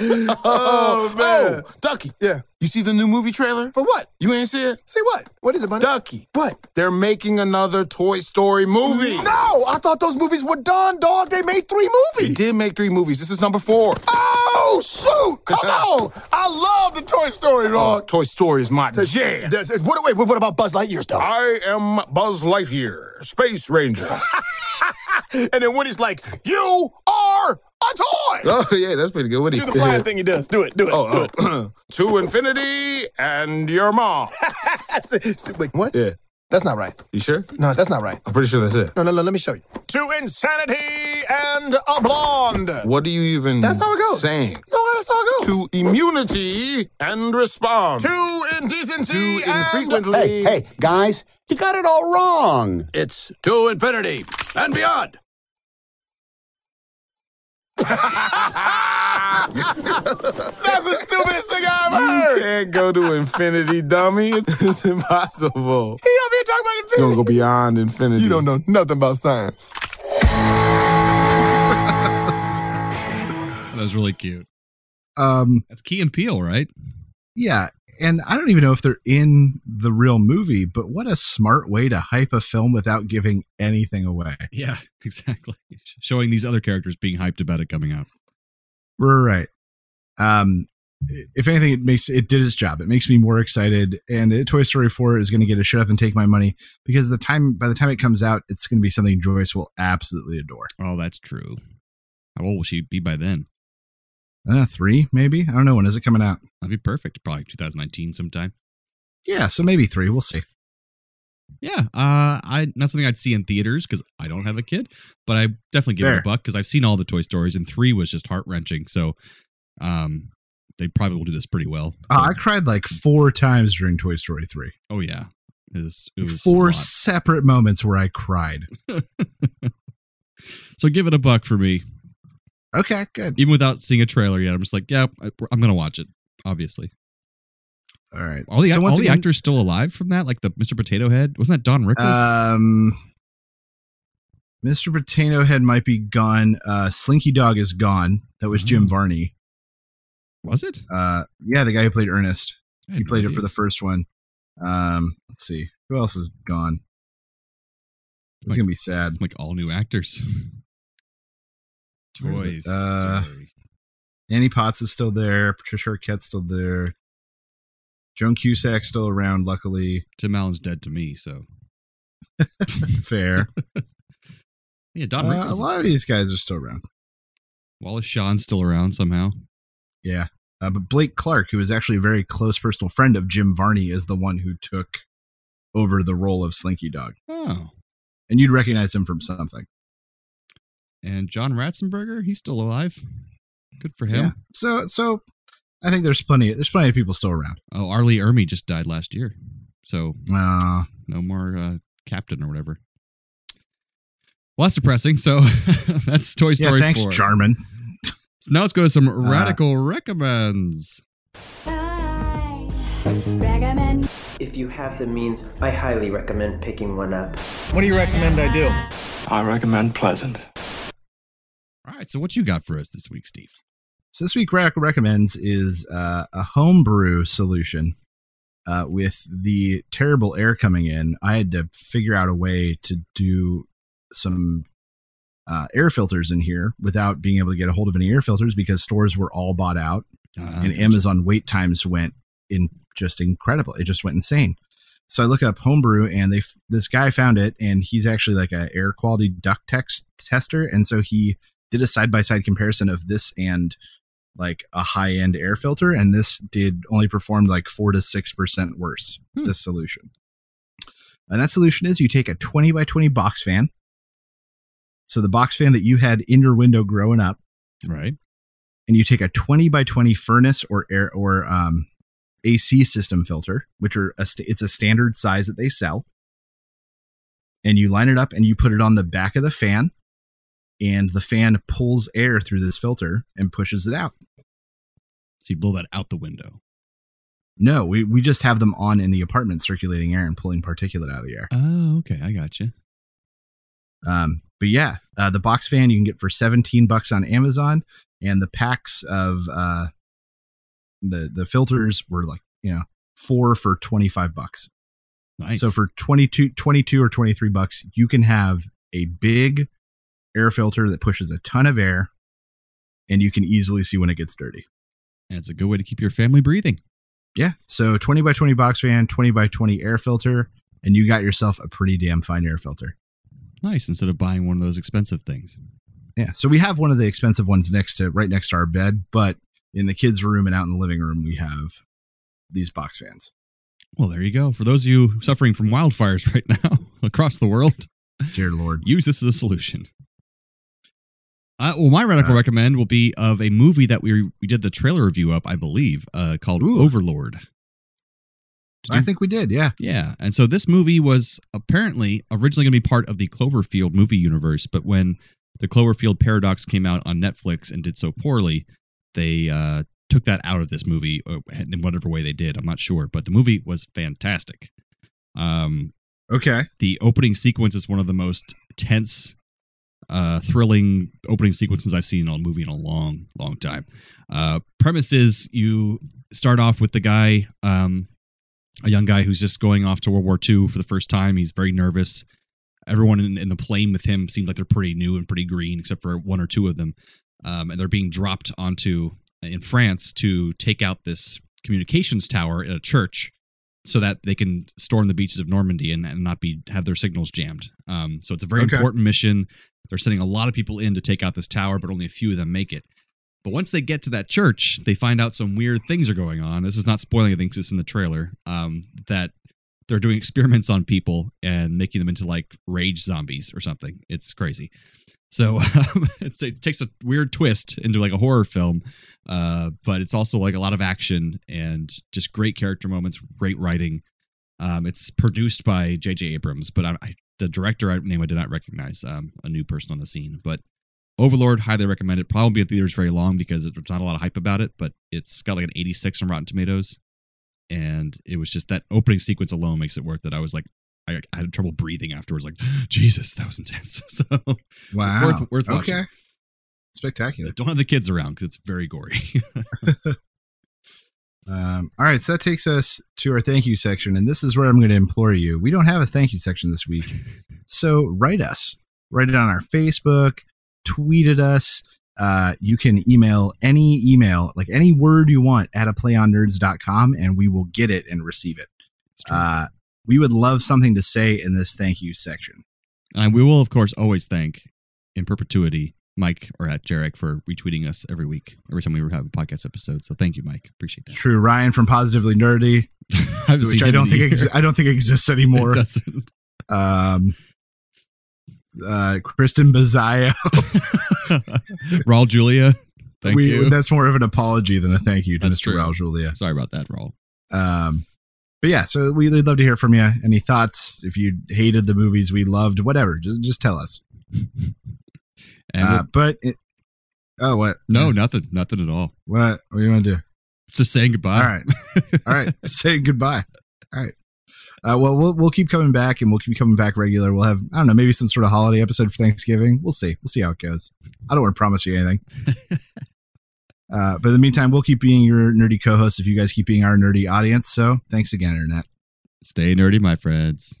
Speaker 1: *laughs* You know what I'm saying? oh, man.
Speaker 22: Ducky. Yeah. You see the new movie trailer? For what? You ain't see it?
Speaker 1: Say what? What is it, buddy?
Speaker 22: Ducky. What? They're making another Toy Story movie.
Speaker 1: No, I thought those movies were done, dog. They made three movies.
Speaker 22: They did make three movies. This is number four.
Speaker 1: Oh,
Speaker 22: *laughs*
Speaker 1: shoot. Come on. I love the Toy Story,
Speaker 22: Oh,
Speaker 1: dog.
Speaker 22: Toy Story is my jam.
Speaker 1: That's- what, wait, what about Buzz Lightyear's, dog?
Speaker 22: I am Buzz Lightyear, Space Ranger.
Speaker 1: *laughs* and then when he's like, you are a toy.
Speaker 22: oh, yeah, that's pretty good. What
Speaker 1: Do the flying
Speaker 22: *laughs*
Speaker 1: thing he does. Do it. Do it. do
Speaker 22: Oh,
Speaker 1: it.
Speaker 22: oh. *clears throat* to infinity and your
Speaker 1: *laughs*
Speaker 22: mom.
Speaker 1: Wait, what?
Speaker 22: Yeah.
Speaker 1: That's not right.
Speaker 22: You sure?
Speaker 1: No, that's not right.
Speaker 22: I'm pretty sure that's it.
Speaker 1: No, no, no. Let me show you. To insanity and a blonde.
Speaker 22: What do you even
Speaker 1: That's how it goes.
Speaker 22: saying?
Speaker 1: No, that's how it goes.
Speaker 22: To immunity and respond.
Speaker 1: To indecency
Speaker 22: To
Speaker 1: and
Speaker 22: infrequently- Hey, hey,
Speaker 1: guys, you got it all wrong. It's to infinity and beyond. *laughs* That's the stupidest thing I ever
Speaker 22: you
Speaker 1: heard.
Speaker 22: can't go to infinity, dummy. *laughs* It's, it's impossible.
Speaker 1: He up here talking about
Speaker 22: You're
Speaker 1: infinity.
Speaker 22: gonna go beyond infinity.
Speaker 1: You don't know nothing about science.
Speaker 11: That was really cute.
Speaker 12: Um,
Speaker 11: That's Key and Peele, right?
Speaker 12: yeah, and I don't even know if they're in the real movie, but what a smart way to hype a film without giving anything away.
Speaker 11: Yeah, *laughs* exactly. Showing these other characters being hyped about it coming out.
Speaker 12: We're right. Um, if anything, it makes it did its job. It makes me more excited, and uh, Toy Story Four is going to get a shut up and take my money because the time by the time it comes out, it's going to be something Joyce will absolutely adore.
Speaker 11: Oh, that's true. How old will she be by then?
Speaker 12: Uh, three, maybe. I don't know when is it coming out.
Speaker 11: That'd be perfect. Probably 2019 sometime.
Speaker 12: Yeah, so maybe three. We'll see.
Speaker 11: Yeah, uh, I not something I'd see in theaters because I don't have a kid, but I definitely give it
Speaker 12: Fair.
Speaker 11: a buck because I've seen all the Toy Stories, and three was just heart wrenching. So, um, they probably will do this pretty well.
Speaker 12: Uh, I cried like four times during Toy Story three.
Speaker 11: Oh yeah, it was, it was a
Speaker 12: Four
Speaker 11: lot.
Speaker 12: separate moments where I cried.
Speaker 11: So give it a buck for me,
Speaker 12: Okay, good.
Speaker 11: even without seeing a trailer yet. I'm just like, yeah, I, I'm gonna watch it. Obviously,
Speaker 12: All right.
Speaker 11: all the
Speaker 12: So
Speaker 11: all
Speaker 12: once
Speaker 11: the
Speaker 12: again-
Speaker 11: actors
Speaker 12: Uh,
Speaker 11: still alive from that, like the Mr. Potato Head. Wasn't that Don Rickles?
Speaker 12: Um, Mr. Um, Potato Head might be gone. Uh, Slinky Dog is gone. That was
Speaker 11: Mm.
Speaker 12: Jim Varney.
Speaker 11: Was it?
Speaker 12: Uh, yeah, the guy who played Ernest.
Speaker 11: I
Speaker 12: He
Speaker 11: had no
Speaker 12: played it
Speaker 11: idea.
Speaker 12: for the first one. Um, let's see who else is gone. It's
Speaker 11: Like-
Speaker 12: gonna be sad.
Speaker 11: It's like all new actors.
Speaker 12: Where is
Speaker 11: Toys.
Speaker 12: it? Uh,
Speaker 11: Story.
Speaker 12: Annie Potts is still there. Patricia Arquette's still there. Joan Cusack's still around, luckily.
Speaker 11: Tim Allen's dead to me, so *laughs*
Speaker 12: fair.
Speaker 11: yeah, Don.
Speaker 12: Uh,
Speaker 11: Rickles
Speaker 12: a
Speaker 11: is-
Speaker 12: lot of these guys are still around.
Speaker 11: Wallace Shawn's still around somehow.
Speaker 12: Yeah. Uh, but Blake Clark, who is actually a very close personal friend of Jim Varney, is the one who took over the role of Slinky Dog.
Speaker 11: Oh,
Speaker 12: And you'd recognize him from something.
Speaker 11: and John Ratzenberger, he's still alive. Good for him.
Speaker 12: Yeah. So so I think there's plenty there's plenty of people still around.
Speaker 11: Oh, Arlie Ermy just died last year, so
Speaker 12: Uh,
Speaker 11: no more uh, captain or whatever. Well, that's depressing. So *laughs* that's Toy
Speaker 12: yeah,
Speaker 11: Story.
Speaker 12: thanks, Uh.
Speaker 11: 4.
Speaker 12: Jarman.
Speaker 11: So now let's go to some radical recommends.
Speaker 2: Recommend.
Speaker 3: If you have the means, I highly recommend picking one up.
Speaker 2: What do you recommend I do?
Speaker 3: I recommend Pleasant.
Speaker 11: All right, so what you got for us this week, Steve?
Speaker 12: So this week, Rack recommends is uh, a homebrew solution. Uh, with the terrible air coming in, I had to figure out a way to do some uh, air filters in here without being able to get a hold of any air filters because stores were all bought out,
Speaker 11: Uh,
Speaker 12: and Amazon wait times went in just incredible. It just went insane. So I look up homebrew, and they f- this guy found it, and he's actually like a air quality duct tex- tester, and so he did a side by side comparison of this and like a high end air filter, and this did only performed like four to six percent worse. This solution, and that solution is you take a twenty by twenty box fan, so the box fan that you had in your window growing up,
Speaker 11: right?
Speaker 12: And you take a twenty by twenty furnace or air or um, AC system filter, which are a st- it's a standard size that they sell, and you line it up and you put it on the back of the fan, and the fan pulls air through this filter and pushes it out.
Speaker 11: So you blow that out the window.
Speaker 12: No, we, we just have them on in the apartment circulating air and pulling particulate out of the air.
Speaker 11: Oh, okay, I got you.
Speaker 12: Um, but yeah, uh, the box fan you can get for 17 bucks on Amazon and the packs of uh, the the filters were like, you know, 4 for 25 bucks.
Speaker 11: Nice.
Speaker 12: So for 22 22 or 23 bucks, you can have a big air filter that pushes a ton of air and you can easily see when it gets dirty.
Speaker 11: And it's a good way to keep your family breathing.
Speaker 12: Yeah. So 20 by 20 box fan, 20 by 20 air filter, and you got yourself a pretty damn fine air filter.
Speaker 11: Nice instead of buying one of those expensive things.
Speaker 12: Yeah. So we have one of the expensive ones next to right next to our bed, but in the kids' room and out in the living room, we have these box fans.
Speaker 11: Well, there you go. For those of you suffering from wildfires *laughs* right now across the world,
Speaker 12: dear Lord,
Speaker 11: use this as a solution. Uh, well, my radical recommend will be of a movie that we we did the trailer review of, I believe, uh, called Overlord.
Speaker 12: I think we did. Yeah.
Speaker 11: Yeah, and so this movie was apparently originally going to be part of the Cloverfield movie universe, but when the Cloverfield Paradox came out on Netflix and did so poorly, they uh, took that out of this movie uh, in whatever way they did. I'm not sure, but the movie was fantastic. Um,
Speaker 12: okay.
Speaker 11: The opening sequence is one of the most tense, uh, thrilling opening sequences I've seen on a movie in a long, long time. Uh, premise is you start off with the guy, um, a young guy who's just going off to World War II for the first time. He's very nervous. Everyone in, in the plane with him seemed like they're pretty new and pretty green, except for one or two of them. Um, and they're being dropped onto uh, in France to take out this communications tower at a church so that they can storm the beaches of Normandy and, and not be have their signals jammed. Um, so it's a very
Speaker 12: Okay.
Speaker 11: important mission. They're sending a lot of people in to take out this tower, but only a few of them make it. But once they get to that church, they find out some weird things are going on. This is not spoiling anything 'cause it's in the trailer. Um, that they're doing experiments on people and making them into like rage zombies or something. It's crazy. So *laughs* um, it's, it takes a weird twist into like a horror film, uh, but it's also like a lot of action and just great character moments, great writing. Um, it's produced by J.J. Abrams, but I, I, the director I, name I did not recognize, um, a new person on the scene. But Overlord, highly recommend it. Probably won't be in theaters very long because there's not a lot of hype about it, but it's got like an 86 on Rotten Tomatoes. And it was just that opening sequence alone makes it worth it. I was like I, I had trouble breathing afterwards. Like, *gasps* Jesus, that was intense. *laughs* So,
Speaker 12: Wow.
Speaker 11: worth worth watching.
Speaker 12: Okay. Spectacular.
Speaker 11: Don't have the kids around because it's very gory. *laughs*
Speaker 12: Um, all right, so that takes us to our thank you section, and this is where I'm going to implore you. We don't have a thank you section this week, so write us. Write it on our Facebook, tweet at us. Uh, you can email any email, like any word you want, at a playonnerds.com, and we will get it and receive it. Uh, we would love something to say in this thank you section.
Speaker 11: and we will, of course, always thank in perpetuity Mike or at Jarek for retweeting us every week, every time we have a podcast episode. So thank you, Mike. Appreciate *laughs* that.
Speaker 12: True, Ryan from Positively Nerdy,
Speaker 11: haven't
Speaker 12: which
Speaker 11: seen
Speaker 12: I
Speaker 11: him
Speaker 12: don't
Speaker 11: in a
Speaker 12: think ex-
Speaker 11: year.
Speaker 12: I don't think exists
Speaker 11: *laughs*
Speaker 12: anymore.
Speaker 11: It doesn't.
Speaker 12: Um, uh, Kristen Bazio.
Speaker 11: Raul Julia. *laughs* Thank
Speaker 12: we,
Speaker 11: you.
Speaker 12: That's more of an apology than a thank you to
Speaker 11: That's
Speaker 12: Mr.
Speaker 11: true.
Speaker 12: Raul Julia.
Speaker 11: Sorry about that, Raul.
Speaker 12: Um, but yeah, so we, we'd love to hear from you. Any thoughts? If you hated the movies we loved, whatever, just just tell us.
Speaker 11: And
Speaker 12: Uh,
Speaker 11: we're-
Speaker 12: but it, oh, what?
Speaker 11: no, nothing, nothing at all.
Speaker 12: What? What do you want to do?
Speaker 11: Just saying goodbye.
Speaker 12: All right,
Speaker 11: *laughs*
Speaker 12: all right. *laughs* Say goodbye. All right. Uh, well, we'll we'll keep coming back, and we'll keep coming back regular. We'll have I don't know, maybe some sort of holiday episode for Thanksgiving. We'll see. We'll see how it goes. I don't want to promise you anything. uh, but in the meantime, we'll keep being your nerdy co-host if you guys keep being our nerdy audience. So thanks again, Internet.
Speaker 11: Stay nerdy, my friends.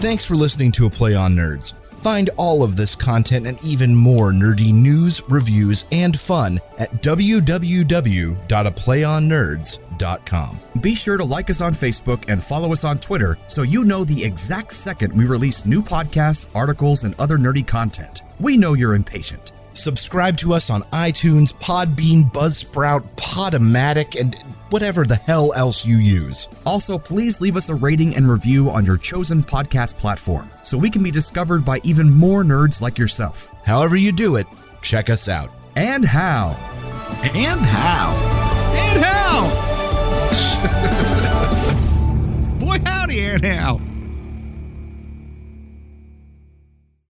Speaker 16: Thanks for listening to A Play on Nerds. Find all of this content and even more nerdy news, reviews, and fun at www.aplayonnerds.com.
Speaker 15: Be sure to like us on Facebook and follow us on Twitter so you know the exact second we release new podcasts, articles, and other nerdy content. We know you're impatient.
Speaker 16: Subscribe to us on iTunes, Podbean, Buzzsprout, Podomatic, and whatever the hell else you use.
Speaker 15: Also, please leave us a rating and review on your chosen podcast platform so we can be discovered by even more nerds like yourself.
Speaker 16: However, you do it, check us out.
Speaker 15: And how.
Speaker 12: And how.
Speaker 15: *laughs* And how.
Speaker 12: Boy, howdy, and how.